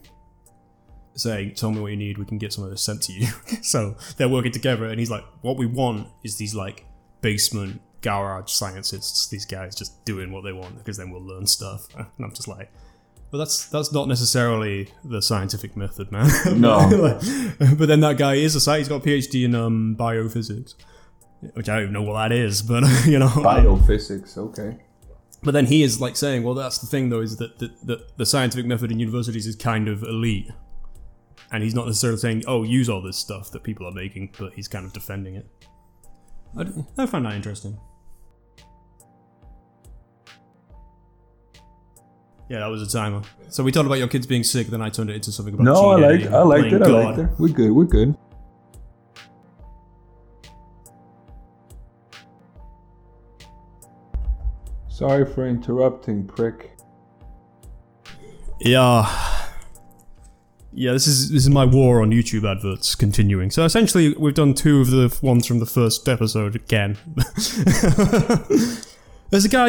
S2: "saying Tell me what you need. We can get some of this sent to you." so they're working together, and he's like, "What we want is these like basement garage scientists. These guys just doing what they want because then we'll learn stuff." And I'm just like. But that's that's not necessarily the scientific method, man.
S1: No.
S2: Like, but then that guy is a sci- he's got a PhD in um, biophysics, which I don't even know what that is, but you know.
S1: Biophysics, okay.
S2: But then he is like saying, well, that's the thing though, is that the, the, the scientific method in universities is kind of elite. And he's not necessarily saying, oh, use all this stuff that people are making, but he's kind of defending it. I, d- I find that interesting. Yeah, that was a timer. So we talked about your kids being sick, then I turned it into something about
S1: No, I
S2: gene
S1: liked,
S2: editing,
S1: I liked
S2: playing
S1: it. I
S2: God.
S1: liked it. We're good. We're good. Sorry for interrupting, prick.
S2: Yeah. Yeah, this is this is my war on YouTube adverts continuing. So essentially, we've done two of the f- ones from the first episode again. There's a guy.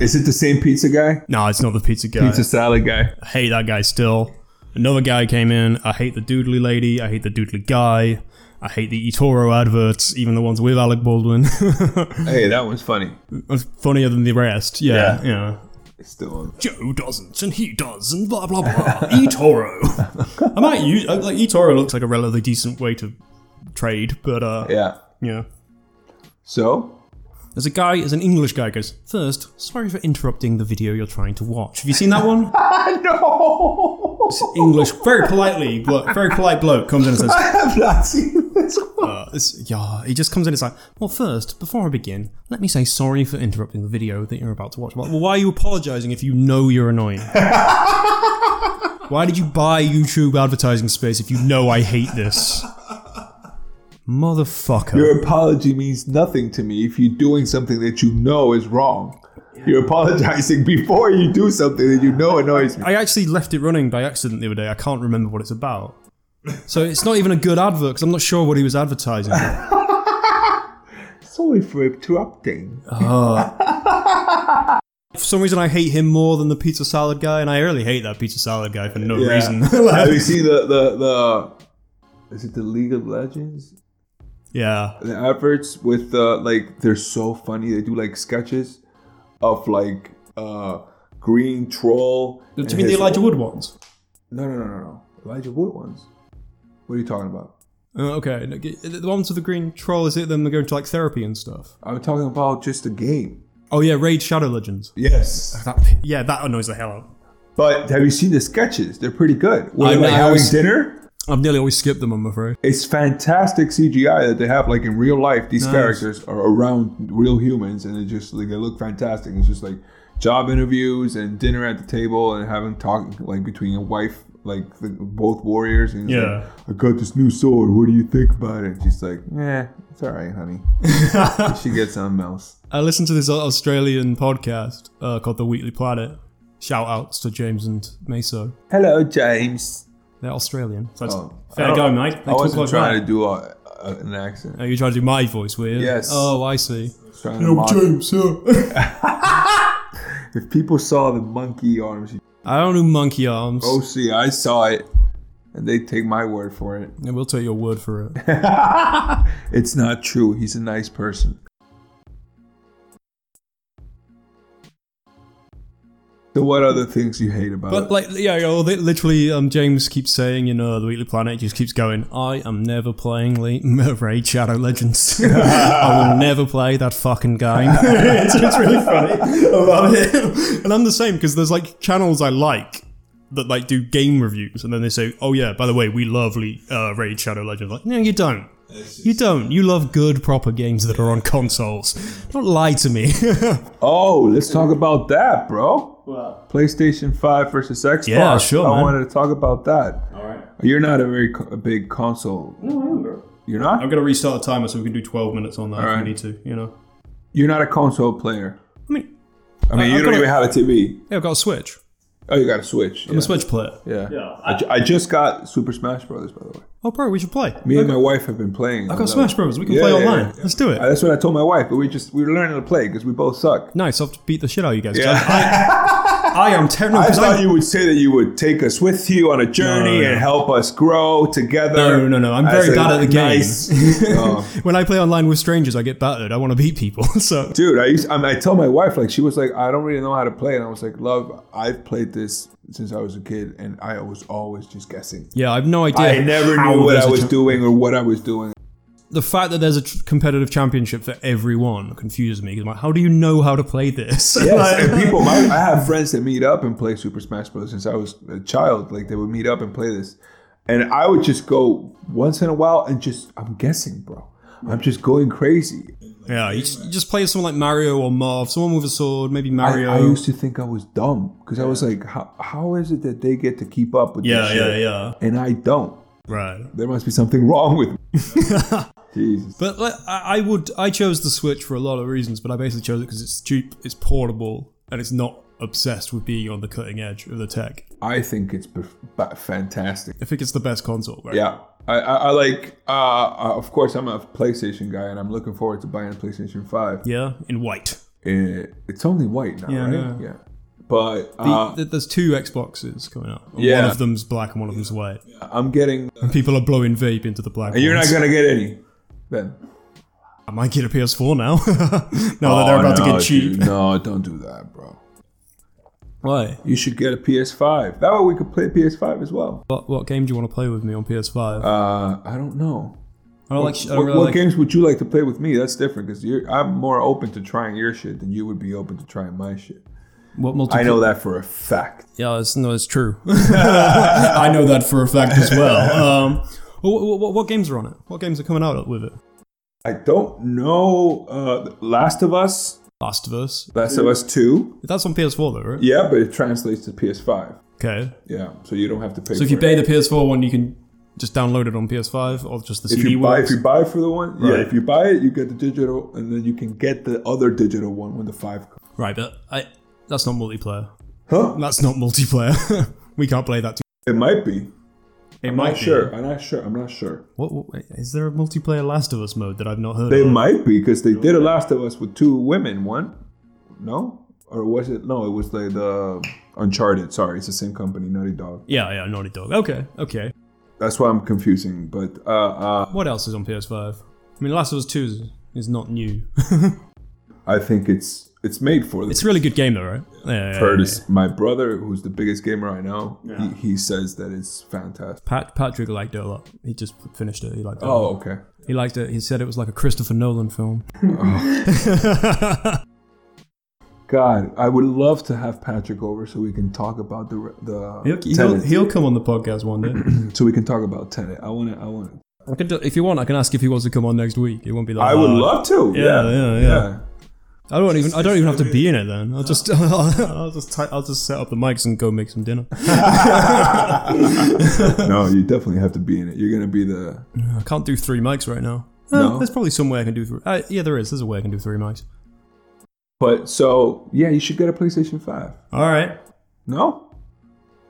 S1: Is it the same pizza guy?
S2: No, it's not the pizza guy.
S1: Pizza salad guy.
S2: I hate that guy still. Another guy came in. I hate the doodly lady. I hate the doodly guy. I hate the Etoro adverts, even the ones with Alec Baldwin.
S1: Hey, that one's funny.
S2: Funnier than the rest. Yeah,
S1: Yeah.
S2: yeah.
S1: It's still on.
S2: Joe doesn't, and he does, and blah blah blah. eToro. I might use uh, like eToro looks like a relatively decent way to trade, but uh,
S1: Yeah.
S2: yeah.
S1: So,
S2: There's a guy, there's an English guy goes first. Sorry for interrupting the video you're trying to watch. Have you seen that one?
S1: no,
S2: English, very politely, blo- very polite bloke comes in and says,
S1: I have not seen this one.
S2: Uh, it's, yeah, he just comes in. It's like, well, first, before I begin, let me say sorry for interrupting the video that you're about to watch. Well, why are you apologising if you know you're annoying? why did you buy YouTube advertising space if you know I hate this? Motherfucker.
S1: Your apology means nothing to me if you're doing something that you know is wrong. You're apologizing before you do something that you know annoys me.
S2: I actually left it running by accident the other day. I can't remember what it's about. So it's not even a good advert because I'm not sure what he was advertising.
S1: Sorry for interrupting.
S2: For some reason, I hate him more than the pizza salad guy, and I really hate that pizza salad guy for no
S1: Yeah.
S2: reason.
S1: Have you seen the, the the is it the League of Legends?
S2: yeah.
S1: The efforts with uh, like they're so funny. They do like sketches of like uh green troll.
S2: Do
S1: and
S2: you mean the
S1: his-
S2: Elijah Wood ones?
S1: No no no no no. Elijah Wood ones. What are you talking about?
S2: Uh, okay, no, g- the ones with the green troll is it them going to like therapy and stuff?
S1: I'm talking about just the game.
S2: Oh yeah, Raid Shadow Legends.
S1: Yes.
S2: That, yeah, that annoys the hell out. of me.
S1: But have you seen the sketches? They're pretty good. Where
S2: I-
S1: they're like
S2: I
S1: having
S2: was-
S1: dinner.
S2: I've nearly always skipped them. I'm afraid.
S1: It's fantastic CGI that they have. Like in real life, these characters are around real humans, and it just like they look fantastic. It's just like job interviews and dinner at the table and having talk like between a wife, like the, both warriors. And he's
S2: Yeah.
S1: like, I got this new sword. What do you think about it? And she's like, Yeah, it's all right, honey. she gets something else.
S2: I listened Uh, to this Australian podcast uh, called The Weekly Planet. Shout outs to James and Meso.
S1: Hello, James.
S2: They're Australian. So that's
S1: Oh.
S2: fair
S1: I
S2: go,
S1: don't-
S2: mate. They
S1: I
S2: talk
S1: wasn't
S2: like
S1: trying
S2: that.
S1: to do a, a, an accent.
S2: Oh, you tried to do my voice, were you?
S1: Yes.
S2: Oh, I see. Oh,
S1: Trying to mock-
S2: James.
S1: If people saw the monkey arms,
S2: I don't do monkey arms.
S1: oh, see, I saw it, and they take my word for it.
S2: I will take your word for it.
S1: It's not true. He's a nice person. So, what other things you hate about
S2: But
S1: it?
S2: like, yeah, you know, li- literally, um, James keeps saying, you know, the Weekly Planet he just keeps going. I am never playing Le- Raid Shadow Legends. I will never play that fucking game. it's, it's really funny. I love it. And I'm the same because there's like channels I like that like do game reviews, and then they say, oh yeah, by the way, we love Le- uh, Raid Shadow Legends. Like, no, you don't. You don't. You love good, proper games that are on consoles. Don't lie to me.
S1: Oh, let's talk about that, bro. Wow. PlayStation Five versus Xbox.
S2: Yeah, sure,
S1: I
S2: man.
S1: wanted to talk about that. All right. You're not a very co- a big console. No, I am, bro. You're not.
S2: I'm gonna restart the timer so we can do 12 minutes on that if
S1: right.
S2: we need to. You know.
S1: You're not a console player.
S2: I mean,
S1: I mean,
S2: I've
S1: you don't
S2: got a-
S1: even have a TV.
S2: yeah, I've got a Switch.
S1: Oh, you got a Switch.
S2: I'm
S1: yeah.
S2: a Switch player.
S1: Yeah. I, ju- I just got Super Smash Brothers, by the way.
S2: Oh, bro, we should play.
S1: Me and my wife have been playing.
S2: I've got Smash Bros. We can play online. Let's do it.
S1: Uh, That's what I told my wife, but we just we were learning to play because we both suck.
S2: nice. I'll have to beat the shit out of you guys.
S1: Yeah.
S2: I, I am terrible.
S1: I
S2: because
S1: thought
S2: I,
S1: you would say that you would take us with you on a journey
S2: No.
S1: and help us grow together.
S2: No, no, no, I'm
S1: as
S2: very
S1: a
S2: bad at the game.
S1: Oh.
S2: when I play online with strangers, I get battered. I want to beat people. So
S1: Dude, I used. um, I, mean, I tell my wife like she was like, I don't really know how to play, and I was like, Love, I've played this since I was a kid, and I was always just guessing.
S2: yeah, I've no idea.
S1: I never
S2: how
S1: knew what
S2: there's
S1: I
S2: a
S1: was
S2: cha-
S1: doing or what I was doing.
S2: The fact that there's a tr- competitive championship for everyone confuses me. 'cause I'm like, how do you know how to play this? Like-
S1: Yes, and people. My, I have friends that meet up and play Super Smash Bros. Since I was a child, like they would meet up and play this, and I would just go once in a while and just I'm guessing, bro. I'm just going crazy.
S2: yeah, you just, you just play someone like Mario or Marv, someone with a sword, maybe
S1: I,
S2: Mario.
S1: I used to think I was dumb because I was like, how, how is it that they get to keep up with
S2: yeah,
S1: this
S2: yeah,
S1: shit
S2: yeah.
S1: and I don't?
S2: Right.
S1: There must be something wrong with me. Jesus.
S2: But like, I, I would, I chose the Switch for a lot of reasons, but I basically chose it because it's cheap, it's portable, and it's not obsessed with being on the cutting edge of the tech.
S1: I think it's bef- ba- fantastic.
S2: I think it's the best console, right?
S1: Yeah. I, I, I like, uh, uh, of course, I'm a PlayStation guy and I'm looking forward to buying a PlayStation 5.
S2: Yeah, in white.
S1: Eh, it's only white now,
S2: Yeah, I know.
S1: right? Yeah. But
S2: The,
S1: uh,
S2: th- there's two Xboxes coming out. and
S1: Yeah.
S2: One of them's black and one of them's white.
S1: I'm getting.
S2: And people are blowing vape into the black.
S1: And you're not
S2: ones.
S1: going to get any then.
S2: I might get a PS4 now. now that they're
S1: Oh,
S2: about to
S1: no,
S2: get cheap.
S1: dude. no, don't do that, bro.
S2: Why?
S1: You should get a PS5. That way we could play PS5 as well.
S2: What, what game do you want to play with me on PS5?
S1: Uh, I don't know.
S2: I don't like.
S1: what
S2: I don't really
S1: what
S2: like
S1: games would you like to play with me? That's different because I'm more open to trying your shit than you would be open to trying my shit.
S2: what multiplayer?
S1: I know that for a fact.
S2: Yeah, it's, no, it's true. I know that for a fact as well. Um, what, what, what games are on it? What games are coming out with it?
S1: I don't know. Uh, Last of Us,
S2: Last of Us.
S1: Last of Us Two.
S2: That's on PS4 though, right?
S1: Yeah, but it translates to PS5.
S2: Okay.
S1: Yeah, so you don't have to pay.
S2: So if you
S1: for it.
S2: pay the PS4 one, you can just download it on PS5 or just the
S1: if
S2: CD
S1: you buy,
S2: works.
S1: if you buy for the one, yeah,
S2: Right.
S1: if you buy it, you get the digital, and then you can get the other digital one when the five. comes.
S2: Right, but I, that's not multiplayer.
S1: Huh?
S2: That's not multiplayer. we can't play that. Too.
S1: It might be.
S2: It
S1: I'm not sure. I'm not sure. I'm not sure.
S2: What, what, is there a multiplayer Last of Us mode that I've not heard
S1: They
S2: of?
S1: might be because they did a Last of Us with two women. One, no, or was it? No, it was like the Uncharted. Sorry, it's the same company, Naughty Dog.
S2: Yeah, yeah, Naughty Dog. Okay, okay.
S1: That's why I'm confusing. But uh, uh,
S2: What else is on PS5? I mean, Last of Us 2 is, is not new.
S1: I think it's it's made for the
S2: it's a really good game though, right? Yeah, yeah, yeah,
S1: Curtis. My brother, who's the biggest gamer I know, he, he says that it's fantastic.
S2: Pat, Patrick liked it a lot. He just finished it. He liked it. a lot.
S1: Oh, okay.
S2: He liked it. He said it was like a Christopher Nolan film.
S1: God, I would love to have Patrick over so we can talk about the the
S2: he'll, he'll,
S1: Tenet.
S2: he'll come on the podcast one day.
S1: so we can talk about Tenet. I want to. I want.
S2: I can do, if you want, I can ask if he wants to come on next week. It won't be that.
S1: I would
S2: hard.
S1: love to.
S2: Yeah, yeah, yeah.
S1: Uh, yeah.
S2: I don't even. I don't even have to be in it then. I'll just. I'll just. Ty- I'll just set up the mics and go make some dinner.
S1: no, you definitely have to be in it. You're gonna be the
S2: I can't do three mics right now. Eh,
S1: No.
S2: there's probably some way I can do. Three. Uh, yeah, there is. There's a way I can do three mics.
S1: but so yeah, you should get a PlayStation 5.
S2: All right.
S1: No?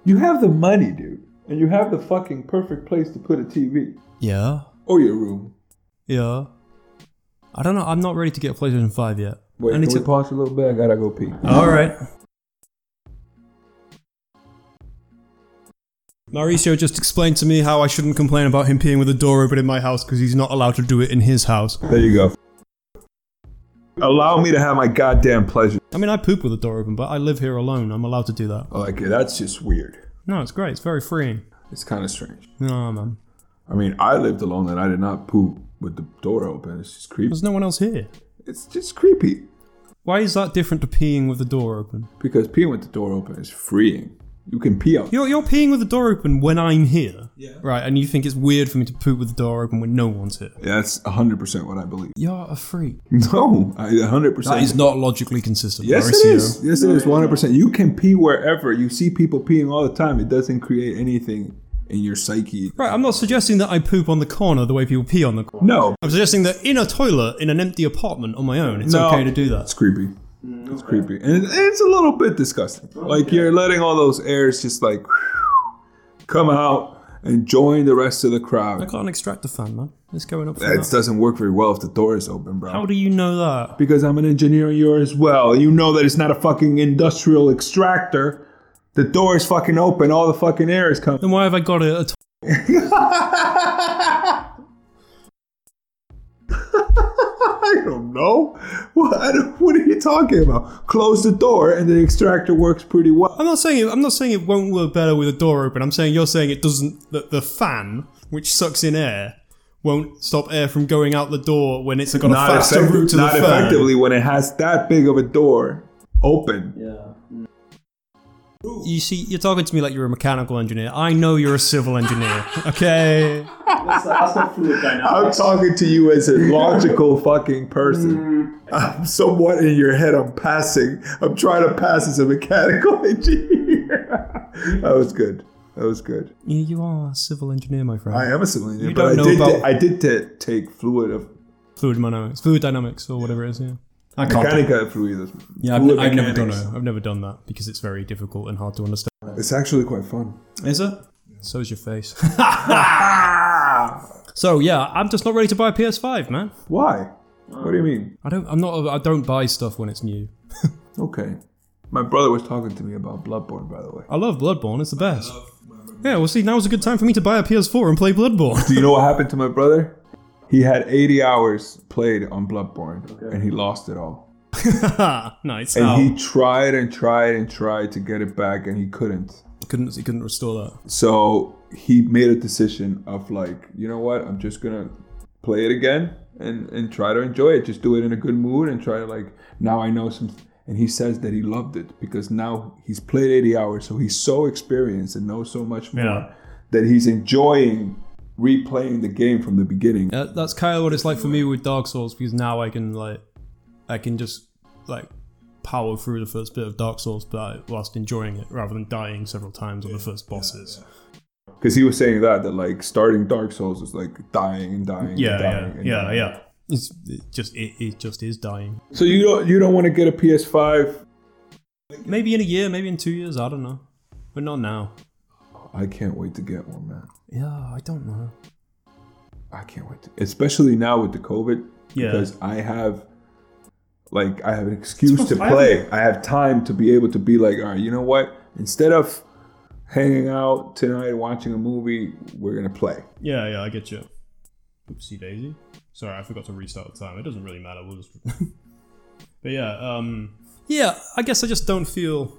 S1: You have the money, dude. And you have the fucking perfect place to put a TV.
S2: Yeah.
S1: Or your room.
S2: Yeah. I don't know. I'm not ready to get a PlayStation Five yet.
S1: Wait,
S2: I need
S1: can we
S2: to- Uh.
S1: pause a little bit? I gotta go pee.
S2: All right. Mauricio just explained to me how I shouldn't complain about him peeing with the door open in my house because he's not allowed to do it in his house.
S1: There you go. Allow me to have my goddamn pleasure.
S2: I mean, I poop with the door open, but I live here alone. I'm allowed to do that.
S1: I Like, that's just weird.
S2: No, it's great. It's very freeing.
S1: It's kind of strange.
S2: No, man.
S1: I mean, I lived alone and I did not poop with the door open. It's just creepy.
S2: There's no one else here.
S1: It's just creepy
S2: Why is that different to peeing with the door open?
S1: because peeing with the door open is freeing. You can pee out.
S2: You're, you're peeing with the door open when I'm here. Yeah. Right, and you think it's weird for me to poop with the door open when no one's here.
S1: That's 100% what I believe.
S2: You're a freak.
S1: No, I 100%.
S2: That is not logically consistent,
S1: Yes, it
S2: Mauricio.
S1: is. Yes, it is. One hundred percent. You can pee wherever. You see people peeing all the time. It doesn't create anything in your psyche.
S2: Right, I'm not suggesting that I poop on the corner the way people pee on the corner.
S1: No,
S2: I'm suggesting that in a toilet in an empty apartment on my own, it's
S1: No.
S2: okay to do that.
S1: it's creepy. It's creepy, and it- it's a little bit disgusting. Like you're letting all those airs just like come out and join the rest of the
S2: I
S1: crowd.
S2: got an extractor fan, man. It's going up. For
S1: It
S2: that.
S1: doesn't work very well if the door is open, bro.
S2: How do you know that?
S1: because I'm an engineer and you're as well. You know that it's not a fucking industrial extractor. The door is fucking open. All the fucking air is coming.
S2: Then why have I got it? At all?
S1: I don't know. What, I don't- what are you talking about? Close the door and the extractor works pretty well.
S2: I'm not saying I'm not saying it won't work better with a door open. I'm saying you're saying it doesn't. That the fan, which sucks in air, won't stop air from going out the door when it's got a faster
S1: effective-
S2: route to
S1: not
S2: the fan.
S1: effectively when it has that big of a door open.
S2: You see, you're talking to me like you're a mechanical engineer. I know you're a civil engineer. Okay.
S1: I'm talking to you as a logical fucking person. I'm somewhat in your head. I'm passing. I'm trying to pass as a mechanical engineer. that was good. That was good.
S2: You, you are a civil engineer, my friend.
S1: I am a civil engineer,
S2: You
S1: but I
S2: don't know
S1: did,
S2: about-
S1: ta- I did ta- take fluid uh, of
S2: fluid dynamics, fluid dynamics, or whatever it is. Yeah. I can't.
S1: mechanica fluid. Of,
S2: yeah, I've,
S1: fluid
S2: I've never done
S1: mechanics.
S2: it. I've never done that because it's very difficult and hard to understand.
S1: It's actually quite fun.
S2: Is it? So is your face. so yeah, I'm just not ready to buy a PS5, man.
S1: Why? What do you mean?
S2: I don't. I'm not. a- I don't buy stuff when it's new.
S1: Okay. My brother was talking to me about Bloodborne, by the way.
S2: I love Bloodborne. It's the best. Yeah. Well, see, now's a good time for me to buy a PS4 and play Bloodborne.
S1: Do you know what happened to my brother? He had 80 hours played on Bloodborne, and he lost it all.
S2: nice.
S1: And
S2: Oh,
S1: he tried and tried and tried to get it back, and he couldn't.
S2: couldn't. He couldn't restore that.
S1: So he made a decision of like, you know what? I'm just gonna play it again and and try to enjoy it. Just do it in a good mood and try to like. Now I know some. And he says that he loved it because now he's played 80 hours, so he's so experienced and knows so much more
S2: Yeah.
S1: that he's enjoying replaying the game from the beginning.
S2: Uh, that's kind of what it's like for me with Dark Souls because now I can like, I can just like power through the first bit of Dark Souls, but whilst enjoying it rather than dying several times on the first bosses.
S1: Because he was saying that that like starting Dark Souls is like dying and dying. and dying and dying.
S2: It's it just it, it just is dying.
S1: So you don't you don't want to get a PS5?
S2: Maybe in a year, maybe in two years, I don't know, but not now.
S1: I can't wait to get one, man.
S2: Yeah, I don't know.
S1: I can't wait, to, especially now with the COVID,
S2: Yeah.
S1: because I have like I have an excuse to
S2: I
S1: play. I have time to be able to be like, all right, you know what? Instead of hanging out tonight watching a movie, we're gonna play.
S2: Yeah, yeah, I get you. Oopsie daisy. Sorry, I forgot to restart the time. It doesn't really matter. We'll just. but yeah, um. Yeah, I guess I just don't feel.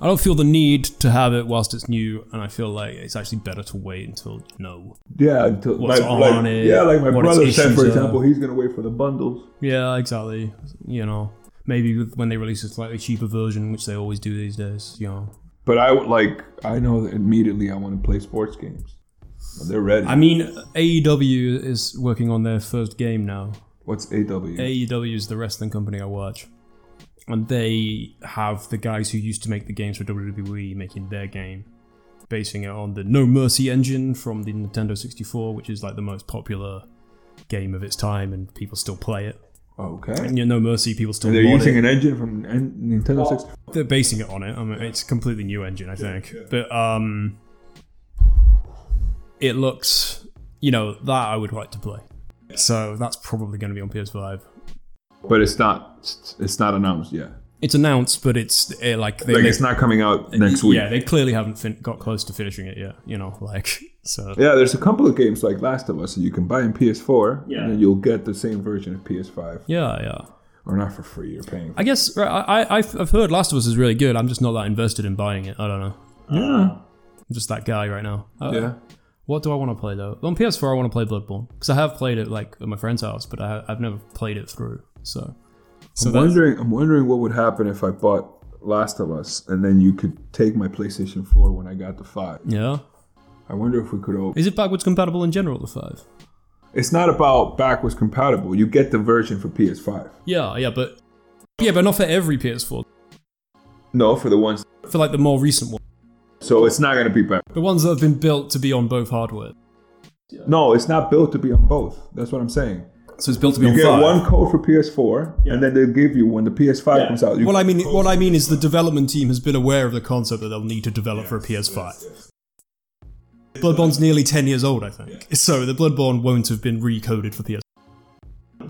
S2: I don't feel the need to have it whilst it's new, and I feel like it's actually better to wait until you know.
S1: Yeah, until
S2: What's
S1: my,
S2: on
S1: like,
S2: it,
S1: yeah, like my
S2: what its
S1: brother said, for
S2: issues are.
S1: example, he's gonna wait for the bundles.
S2: Yeah, exactly. You know, maybe with- when they release a slightly cheaper version, which they always do these days, you know.
S1: But I would, like I know that immediately I want to play sports games. They're ready.
S2: I mean, AEW is working on their first game now,
S1: What's AW?
S2: AEW E is the wrestling company I watch, and they have the guys who used to make the games for WWE making their game, basing it on the No Mercy engine from the Nintendo 64, which is like the most popular game of its time, and people still play it.
S1: Oh, okay.
S2: And you know, No Mercy, people still.
S1: They're
S2: mod
S1: using
S2: it.
S1: an engine from N- Nintendo 64.
S2: They're basing it on it. I mean, it's a completely new engine, I think. But um, it looks, you know, that I would like to play. So that's probably going to be on PS5.
S1: But it's not it's not announced yet.
S2: It's announced, but it's eh, like they
S1: Like
S2: make
S1: it's not coming out next week.
S2: Yeah, they clearly haven't fin- got close to finishing it yet. You know, like so.
S1: Yeah, there's a couple of games like Last of Us that you can buy in PS4,
S2: Yeah.
S1: and then you'll get the same version of PS5,
S2: Yeah, yeah.
S1: or not for free. You're paying.
S2: I guess right, I, I I've I've heard Last of Us is really good. I'm just not that invested in buying it. I don't know.
S1: yeah,
S2: I'm just that guy right now. Uh,
S1: yeah.
S2: What do I want to play though? On PS4, I want to play Bloodborne because I have played it like at my friend's house, but I, I've never played it through. So, so
S1: I'm wondering. I'm wondering what would happen if I bought Last of Us, and then you could take my PlayStation 4 when I got the five.
S2: yeah.
S1: I wonder if we could. Open.
S2: Is it backwards compatible in general? The five.
S1: It's not about backwards compatible. You get the version for PS5.
S2: Yeah, yeah, but yeah, but not for every PS4.
S1: No, for the ones.
S2: For like the more recent one,
S1: So it's not going to be back.
S2: the ones that have been built to be on both hardware.
S1: No, it's not built to be on both. That's what I'm saying.
S2: So it's built to be
S1: You
S2: on
S1: get
S2: five.
S1: one code for PS4, and then they give you when the PS5 comes out. You
S2: What I mean, what I mean is the development team has been aware of the concept that they'll need to develop for a PS5. Bloodborne's nearly 10 years old, I think. So the Bloodborne won't have been recoded for PS.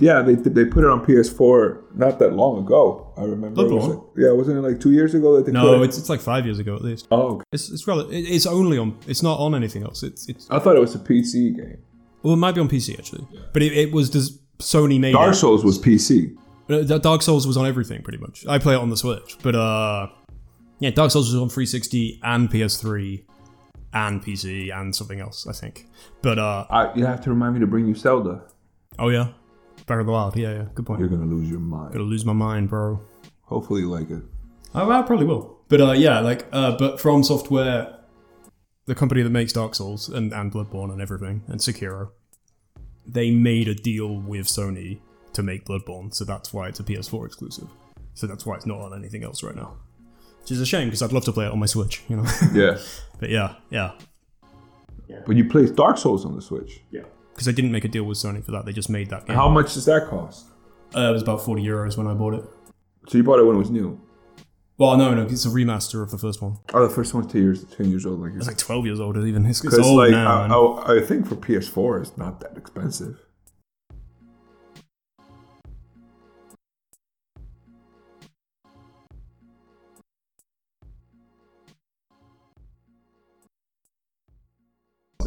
S1: Yeah, they, they put it on PS4 not that long ago. I remember. It was
S2: Bloodborne?
S1: like, yeah, wasn't it like two years ago that they put it?
S2: No, it's, it's like five years ago at least.
S1: Oh, okay.
S2: It's it's rel- it- it's only on. It's not on anything else. It's it's
S1: I thought it was a PC game.
S2: well, it might be on PC actually, but it, it was does Sony made
S1: Dark
S2: it.
S1: Souls was PC.
S2: Uh, Da- Dark Souls was on everything pretty much. I play it on the Switch, but uh, yeah, Dark Souls was on 360 and PS3 and PC and something else, I think. But uh,
S1: I, you have to remind me to bring you Zelda.
S2: oh yeah, Breath of the Wild. Yeah, yeah, good point.
S1: You're gonna lose your mind.
S2: Gonna lose my mind, bro.
S1: Hopefully, you like it.
S2: I, I probably will. But uh, yeah, like, uh, but From Software, the company that makes Dark Souls and, and Bloodborne and everything, and Sekiro, they made a deal with Sony to make Bloodborne, so that's why it's a PS4 exclusive. So that's why it's not on anything else right now. Which is a shame, because I'd love to play it on my Switch, you know?
S1: Yeah,
S2: but yeah, yeah.
S1: but you play Dark Souls on the Switch.
S2: Because they didn't make a deal with Sony for that, they just made that game.
S1: How much does that cost?
S2: Uh, it was about 40 euros when I bought it.
S1: So you bought it when it was new.
S2: Well, no, no, it's a remaster of the first one.
S1: Oh, the first one's two years, ten years old. Like,
S2: It's like 12 years old, even. It's, it's
S1: because
S2: old
S1: like
S2: now.
S1: I,
S2: man.
S1: I, I think for PS4, it's not that expensive.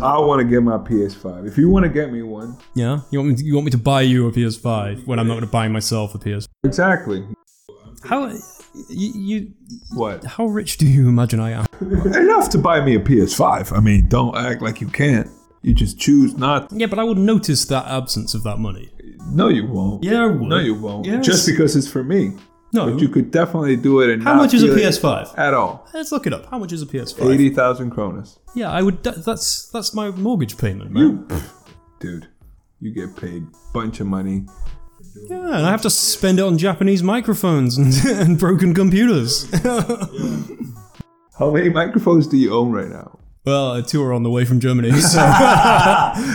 S1: I want to get my PS5. If you want to get me one,
S2: Yeah, you want me to, you want me to buy you a PS5 when I'm not going to buy myself a PS.
S1: exactly.
S2: How you,
S1: What?
S2: you how rich do you imagine I am?
S1: Enough to buy me a PS5. I mean, don't act like you can't. You just choose not.
S2: Yeah, but I would notice that absence of that money.
S1: No, you won't.
S2: Yeah, I would.
S1: No, you won't.
S2: Yes.
S1: Just because it's for me.
S2: No.
S1: But you could definitely do it. And
S2: how
S1: not
S2: much is a
S1: feel it
S2: PS5?
S1: At all.
S2: Let's look it up. How much is a PS5?
S1: Eighty thousand kronas.
S2: Yeah, I would. That, that's that's my mortgage payment, man.
S1: You, pff, dude, you get paid bunch of money.
S2: Yeah, and I have to spend it on Japanese microphones and, and broken computers.
S1: How many microphones do you own right now?
S2: well, uh, two are on the way from Germany, so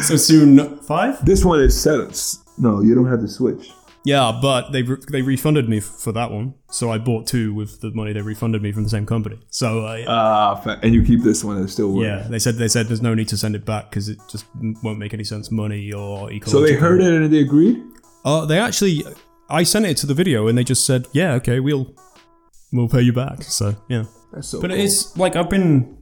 S2: so soon five.
S1: This one is set. s- No, you don't have the switch.
S2: Yeah, but they re- they refunded me f- for that one, so I bought two with the money they refunded me from the same company. So uh,
S1: Ah, fa- and you keep this one. It still works.
S2: yeah, they said they said there's no need to send it back because it just m- won't make any sense, money or ecological.
S1: So they heard it and they agreed.
S2: Uh, they actually, I sent it to the video and they just said, yeah, okay, we'll we'll pay you back. So yeah,
S1: That's so.
S2: but
S1: cool.
S2: it's like I've been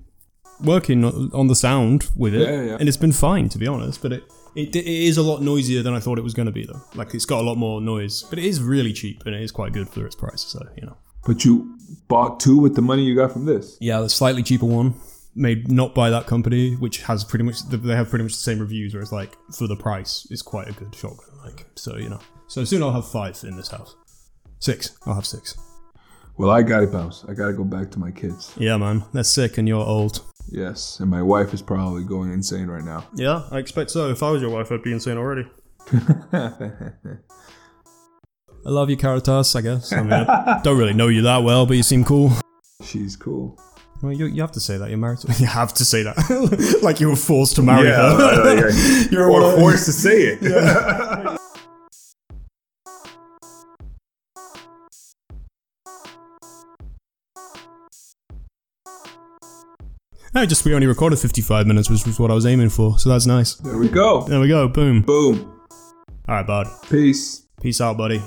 S2: working o- on the sound with it,
S1: Yeah, yeah.
S2: and it's been fine to be honest. But it. It, it is a lot noisier than I thought it was going to be, though. Like it's got a lot more noise, but it is really cheap and it is quite good for its price. So you know,
S1: But you bought two with the money you got from this.
S2: Yeah, the slightly cheaper one, made not by that company, which has pretty much they have pretty much the same reviews. Where it's like for the price, it's quite a good shotgun. Like so, you know. So soon I'll have five in this house. Six. I'll have six.
S1: Well, I gotta bounce. I gotta go back to my kids.
S2: Yeah, man. They're sick and you're old.
S1: Yes, and my wife is probably going insane right now.
S2: Yeah, I expect so. If I was your wife, I'd be insane already. I love you, Caritas. I guess. I mean, I don't really know you that well, but you seem cool.
S1: She's cool.
S2: Well, you, you have to say that you're married. To, you have to say that, like you were forced to marry her. You're one of-
S1: to say it.
S2: No, just we only recorded 55 minutes, which was what I was aiming for. So that's nice.
S1: There we go.
S2: There we go. Boom.
S1: Boom.
S2: All right, bud.
S1: Peace.
S2: Peace out, buddy.